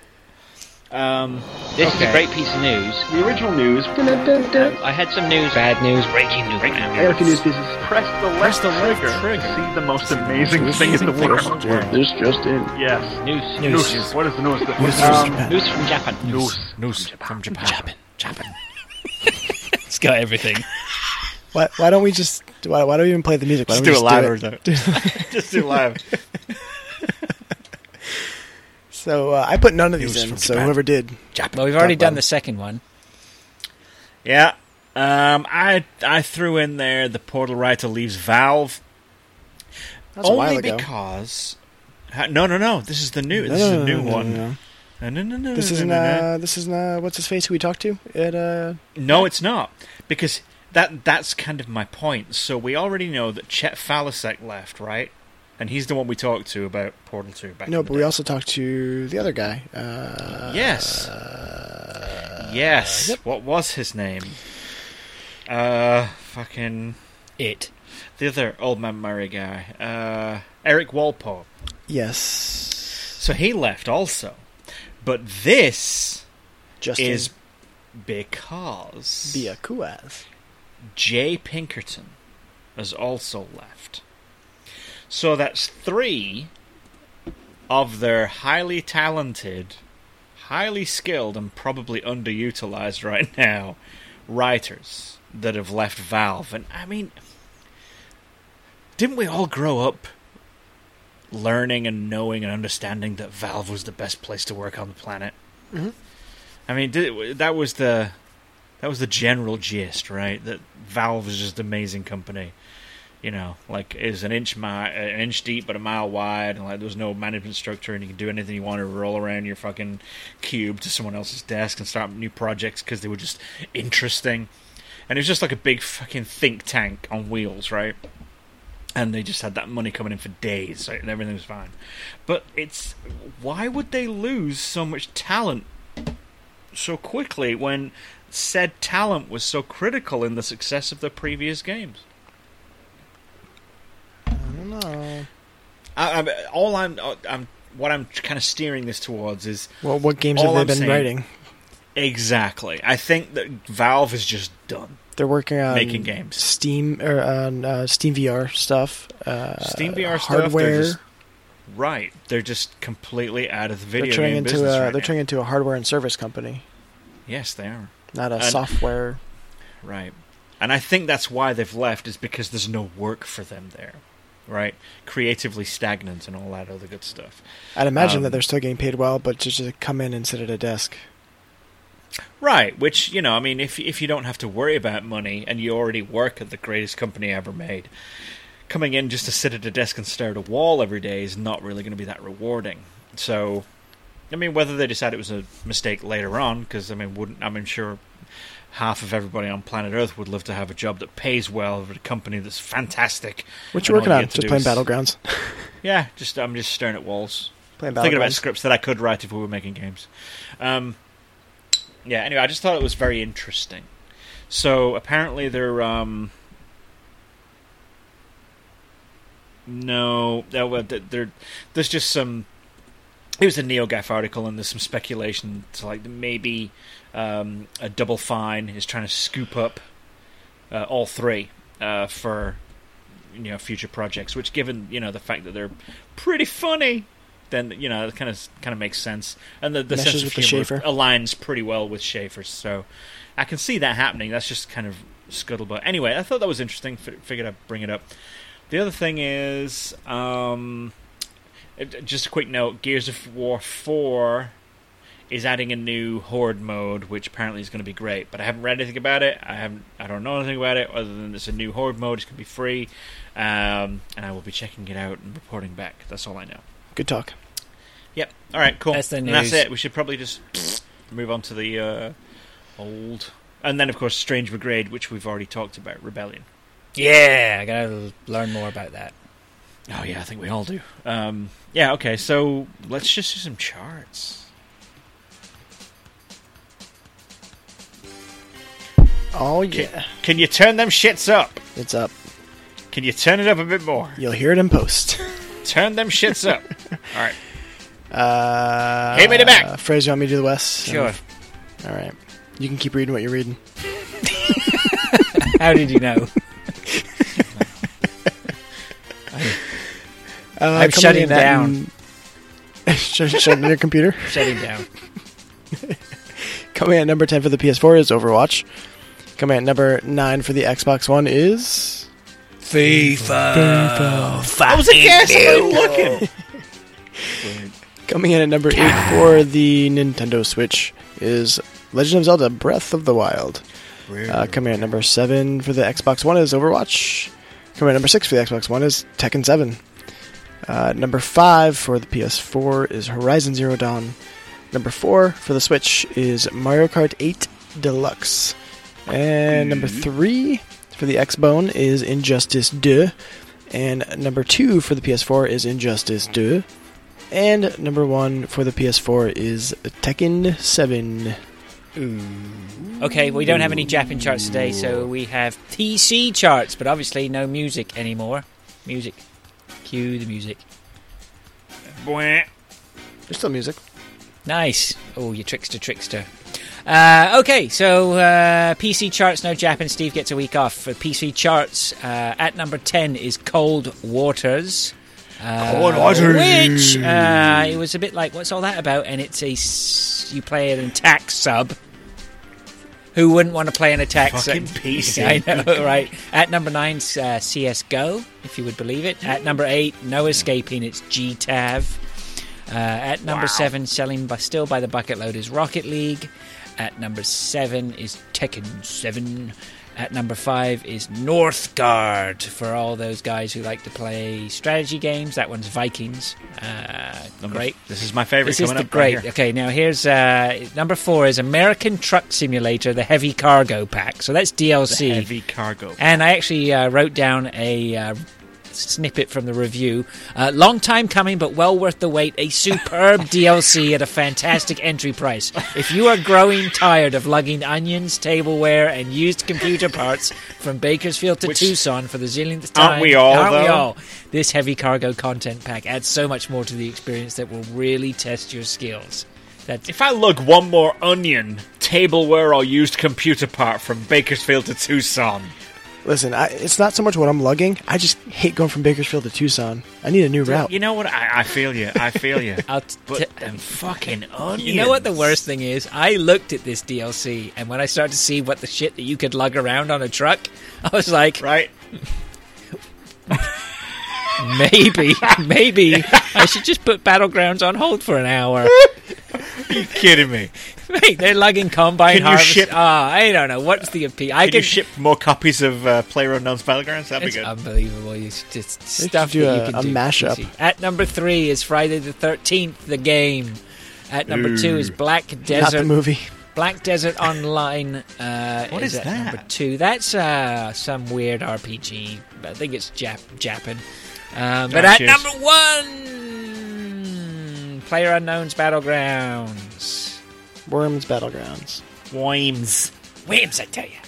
S2: Um,
S10: This is
S2: Okay.
S10: a great piece of news. Um,
S11: The original news. I
S10: I had some news, bad news, breaking news.
S11: got a few news pieces. Press the left
S2: Press the left
S11: trigger.
S2: trigger.
S11: See the most amazing thing in the world.
S2: News.
S11: just in. Yes.
S10: News.
S11: News. What is the news?
S3: News.
S11: Um,
S10: News from Japan.
S11: news.
S2: News from Japan. Japan. Japan.
S4: It's got everything.
S3: Why, why don't we just why, why don't we even play the music? Why
S2: Let's
S3: don't
S2: do
S3: we
S2: it
S3: just
S2: live. or don't. Just do it live.
S3: So uh, I put none of these
S2: News
S3: in.
S2: from
S3: So
S2: Japan.
S3: whoever did,
S4: Well, we've already
S3: Talk about
S4: done the second one.
S2: Yeah. Um, I I threw in there the portal writer leaves Valve
S3: that's
S2: only
S3: a while ago.
S2: because. Ha- No, no, no. This is the new. This is a new one.
S3: no, no.
S2: No, no, no, no,
S3: This
S2: no,
S3: isn't
S2: no, no.
S3: uh, this isn't uh, what's his face who we talked to at uh,
S2: No, it's not because that that's kind of my point. So we already know that Chet Falasek left, right? And he's the one we talked to about Portal Two. Back
S3: no,
S2: in the
S3: but we
S2: day.
S3: also talked to the other guy. Uh,
S2: yes, yes. What was his name? Uh, fucking
S4: It.
S2: the other old man Murray guy, uh, Eric Walpole.
S3: yes,
S2: So he left also, but this
S3: Justin
S2: is because
S3: Biakuaz.
S2: Jay Pinkerton has also left. So that's three of their highly talented, highly skilled, and probably underutilized right now writers that have left Valve. And I mean, didn't we all grow up learning and knowing and understanding that Valve was the best place to work on the planet? Mm-hmm. I mean, did, that was the that was the general gist, right? That Valve is just an amazing company. You know, like it was an inch mi- an inch deep but a mile wide, and like there was no management structure, and you can do anything you want to roll around your fucking cube to someone else's desk and start new projects because they were just interesting. And it was just like a big fucking think tank on wheels, right? And they just had that money coming in for days, right? and everything was fine. But it's why would they lose so much talent so quickly when said talent was so critical in the success of the previous games.
S3: I don't know.
S2: I, I, all I'm, I'm, what I'm kind of steering this towards is
S3: Well, what games
S2: All
S3: have they
S2: I'm
S3: been
S2: saying-
S3: writing?
S2: Exactly. I think that Valve is just done.
S3: They're working on
S2: Making games.
S3: Steam or on uh, Steam VR stuff. Uh,
S2: Steam VR stuff. They're
S3: hardware.
S2: just, right. They're just completely out of the
S3: they're
S2: video
S3: turning
S2: game
S3: into
S2: business
S3: a
S2: right
S3: they're
S2: now.
S3: turning into a hardware and service company,
S2: Yes, they are.
S3: not a
S2: And-
S3: software.
S2: Right. And I think that's why they've left is because there's no work for them there. Right? Creatively stagnant and all that other good stuff.
S3: I'd imagine that
S2: Um,
S3: they're still getting paid well, but just to come in and sit at a desk.
S2: Right, which you know, I mean, if if you don't have to worry about money and you already work at the greatest company ever made, coming in just to sit at a desk and stare at a wall every day is not really going to be that rewarding. So, I mean, whether they decide it was a mistake later on, because I mean, wouldn't I'm sure half of everybody on planet Earth would love to have a job that pays well at a company that's fantastic.
S3: What
S2: and
S3: you
S2: all
S3: working on?
S2: get to
S3: Just
S2: do
S3: playing
S2: is-
S3: Battlegrounds.
S2: Yeah, just I'm just staring at walls
S3: playing
S2: thinking about
S3: Battlegrounds.
S2: scripts that I could write if we were making games. Um, yeah. Anyway, I just thought it was very interesting. So apparently they're um, no, uh, well, th- there, there's just some. It was a NeoGAF article, and there's some speculation to like that maybe um, a double fine is trying to scoop up uh, all three uh, for you know future projects. Which, given you know the fact that they're pretty funny, then you know it kind of kind of makes sense, and the, the
S3: Meshes
S2: sense of
S3: with the
S2: humor
S3: Schaefer.
S2: aligns pretty well with Schaefer. So I can see that happening. That's just kind of scuttlebutt. Anyway, I thought that was interesting. F- figured I'd bring it up. The other thing is, um, it- just a quick note: Gears of War Four is adding a new horde mode, which apparently is going to be great. But I haven't read anything about it. I haven't. I don't know anything about it other than it's a new horde mode. It's going to be free, um, and I will be checking it out and reporting back. That's all I know.
S3: Good talk.
S2: Yep. All right. Cool.
S4: That's the
S2: And that's
S4: news.
S2: it. We should probably just move on to the uh, old, and then of course Strange Brigade, which we've already talked about, Rebellion.
S4: Yeah, I gotta learn more about that.
S2: Oh yeah, I think we all do. Um, yeah. Okay. So let's just do some charts.
S3: Oh
S2: Can,
S3: yeah,
S2: can you turn them shits up?
S3: it's up.
S2: Can you turn it up a bit more?
S3: You'll hear it in post.
S2: Turn them shits up. All right.
S3: Uh,
S2: Hit me in the back.
S3: Fraser, you want me to do the West?
S4: Sure.
S3: All right. You can keep reading what you're reading.
S4: How did you know?
S3: Uh, coming
S4: I'm shutting
S3: in at-
S4: down.
S3: Shut- shutting your computer.
S4: Shutting down.
S3: Coming in at number 10 for the PS4 is Overwatch. Coming in at number 9 for the Xbox One is.
S2: I was a guess. I'm looking.
S3: Coming in at number 8 for the Nintendo Switch is Legend of Zelda Breath of the Wild. Uh, coming in at number 7 for the Xbox One is Overwatch. Coming in at number 6 for the Xbox One is Tekken 7. Uh, number 5 for the PS4 is Horizon Zero Dawn. Number 4 for the Switch is Mario Kart 8 Deluxe. And number 3 for the Xbone is Injustice 2. And number 2 for the PS4 is Injustice 2. And number 1 for the PS4 is Tekken 7.
S4: Okay, we don't have any Japan charts today, so we have PC charts, but obviously no music anymore. Music. Cue the music.
S2: Bwah.
S3: There's still music.
S4: Nice. Oh, you trickster, trickster. Uh, okay, so uh, PC charts, no Japan. Steve gets a week off. For PC charts, uh, at number 10 is Cold Waters. Uh,
S2: Cold Waters.
S4: Which uh, it was a bit like, what's all that about? And it's a s- you play an attack sub. Who wouldn't want to play an attack
S2: Fucking
S4: sub?
S2: PC.
S4: I know, right? At number nine, uh, CS:GO, if you would believe it. At number eight, No Escaping, it's GTAV. Uh, at number seven, selling by, still by the bucket load is Rocket League. At number seven is Tekken 7. At number five is Northgard for all those guys who like to play strategy games. That one's Vikings. Uh,
S2: Number-
S4: great.
S2: This is my favorite.
S4: This is
S2: coming
S4: the
S2: up right
S4: great.
S2: here.
S4: okay, now here's uh, number four is American Truck Simulator, the Heavy Cargo Pack. So that's DLC.
S2: Heavy cargo.
S4: And I actually uh, wrote down a uh, snippet from the review. Uh, Long time coming, but well worth the wait. A superb DLC at a fantastic entry price. If you are growing tired of lugging onions, tableware, and used computer parts from Bakersfield to
S2: Which-
S4: Tucson for the zillionth time,
S2: Aren't we all,
S4: Aren't we
S2: though?
S4: all? This heavy cargo content pack adds so much more to the experience that will really test your skills. That's
S2: If I lug one more onion tableware or used computer part from Bakersfield to Tucson.
S3: Listen, I, it's not so much what I'm lugging. I just hate going from Bakersfield to Tucson. I need a new route.
S2: You know what? I, I feel you. I feel you.
S4: I'll t-
S2: but them fucking onions.
S4: You know what the worst thing is? I looked at this DLC, and when I started to see what the shit that you could lug around on a truck, I was like,
S2: right.
S4: maybe, maybe I should just put battlegrounds on hold for an hour.
S2: you kidding me?
S4: Mate, they're lugging combine
S2: Can you
S4: harvest.
S2: ship-
S4: Ah, I don't know what's the appeal. I
S2: Can you ship more copies of uh, PlayerUnknown's Battlegrounds? That'd be
S4: It's
S2: good.
S4: unbelievable. You s- just
S3: should
S4: stuff
S3: do
S4: that
S3: a-
S4: you can
S3: a
S4: do.
S3: mashup.
S4: Easy. At number three is Friday the Thirteenth, the game. At number two is
S2: Ooh.
S4: Black
S3: Not the
S4: Desert.
S3: movie.
S4: Black Desert Online. Uh,
S2: What is
S4: at
S2: that?
S4: Number two. That's uh, some weird RPG. but I think it's Jap Japan. Um, but
S2: Oh,
S4: at
S2: cheers.
S4: number one, Player Unknown's Battlegrounds.
S3: Worms Battlegrounds.
S2: Wimes.
S4: Whims, I tell you.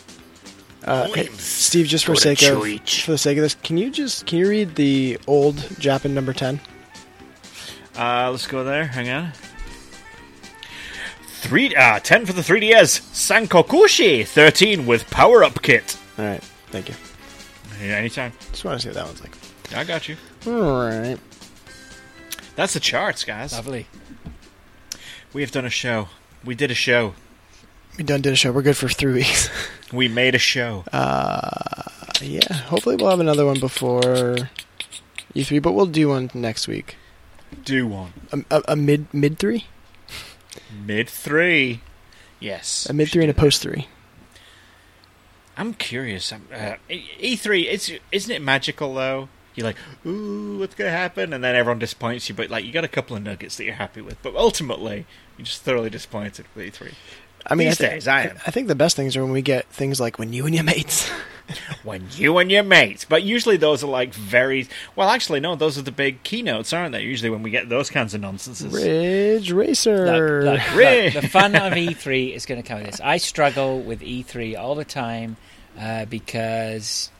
S3: Uh, hey, Steve, just for
S2: Go to
S3: sake of
S2: Choichi.
S3: for the sake of this, can you just can you read the old Japan number ten?
S2: Uh, let's go there. Hang on. Three, uh, 10 for the 3DS. Sankokushi 13 with power up kit.
S3: All right, thank you.
S2: Yeah, anytime.
S3: Just want to see what that one's like.
S2: I got you.
S3: All right,
S2: That's the charts, guys.
S4: Lovely.
S2: We have done a show. We did a show.
S3: we done did a show. We're good for three weeks.
S2: We made a show.
S3: Uh, yeah, hopefully we'll have another one before E three, but we'll do one next week.
S2: Do one.
S3: A, a, a mid mid three,
S2: Mid three. Yes.
S3: a mid three, and a post three.
S2: I'm curious. I'm, uh, E- E3, it's isn't it magical though? You're like, ooh, what's gonna happen? And then everyone disappoints you, but like you got a couple of nuggets that you're happy with. But ultimately, you're just thoroughly disappointed with E E3.
S3: I mean,
S2: These
S3: I thi-
S2: days, I am.
S3: I think the best things are when we get things like when you and your mates.
S2: When you and your mates, but usually those are like very well. Actually, no, those are the big keynotes, aren't they? Usually when we get those kinds of nonsenses.
S3: Ridge Racer.
S4: Look, look,
S2: Hooray.
S4: look, the fun of E3 is going to come with this. I struggle with E3 all the time uh, because,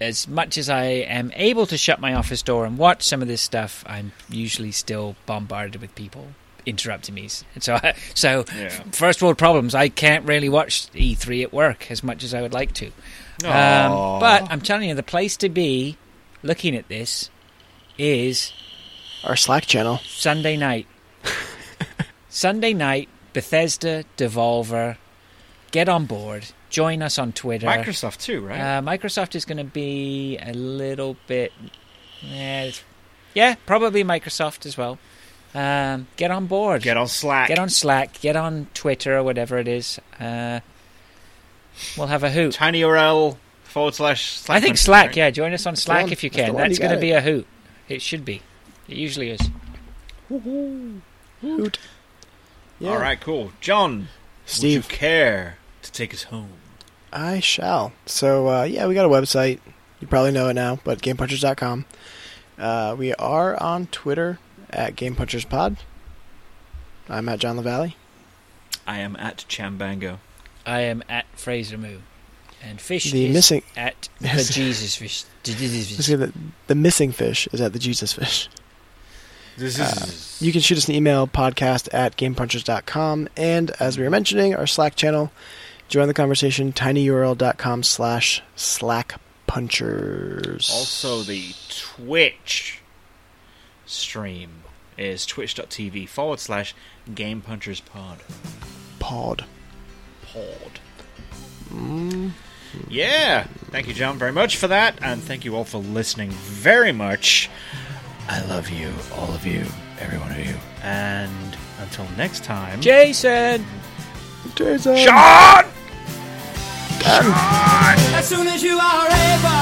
S4: as much as I am able to shut my office door and watch some of this stuff, I'm usually still bombarded with people interrupting me. And so, I, so
S2: Yeah.
S4: first world problems. I can't really watch E3 at work as much as I would like to. Um,
S2: Aw.
S4: but I'm telling you, the place to be looking at this is
S3: Our Slack channel.
S4: Sunday night. Sunday night, Bethesda, Devolver, get on board. Join us on Twitter.
S2: Oh, Microsoft too,
S4: Uh,
S2: right?
S4: Microsoft is going to be a little bit. eh, it's- yeah, probably Microsoft as well. Um, get on board.
S2: get on Slack.
S4: Get on Slack. Get on Twitter or whatever it is. Uh, we'll have a hoot.
S2: tinyurl forward slash Slack.
S4: I think Slack, yeah. Join us on Slack
S3: one.
S4: if you
S3: That's the
S4: can.
S3: one.
S4: That's
S3: You got
S4: going to
S3: it.
S4: be a hoot. It should be. It usually is.
S3: Hoot. Yeah.
S2: All right, cool. John,
S3: Steve.
S2: would you care to take us home?
S3: I shall. So, uh, yeah, we got a website. You probably know it now, but GamePunchers.com. Uh, we are on Twitter at GamePunchersPod. I'm at John LaValley.
S2: I am at Chambango.
S4: I am at Fraser Moo, and fish
S3: The
S4: is
S3: missing-
S4: at the
S3: Yes.
S4: Jesus fish. D- d- d-
S3: Let's get The, the missing fish is at the Jesus fish.
S2: This
S4: Uh,
S2: is
S3: You can shoot us an email, podcast at GamePunchers.com. And as we were mentioning, our Slack channel, join the conversation, tinyurl.com slash slackpunchers.
S2: also the Twitch stream is twitch.tv forward slash game punchers pod.
S3: pod.
S2: Pod. Yeah. Thank you, John, very much for that. And thank you all for listening very much. I love you, all of you, every one of you. And until next time.
S4: Jason.
S3: Jason!
S2: John!
S12: As soon as you are able,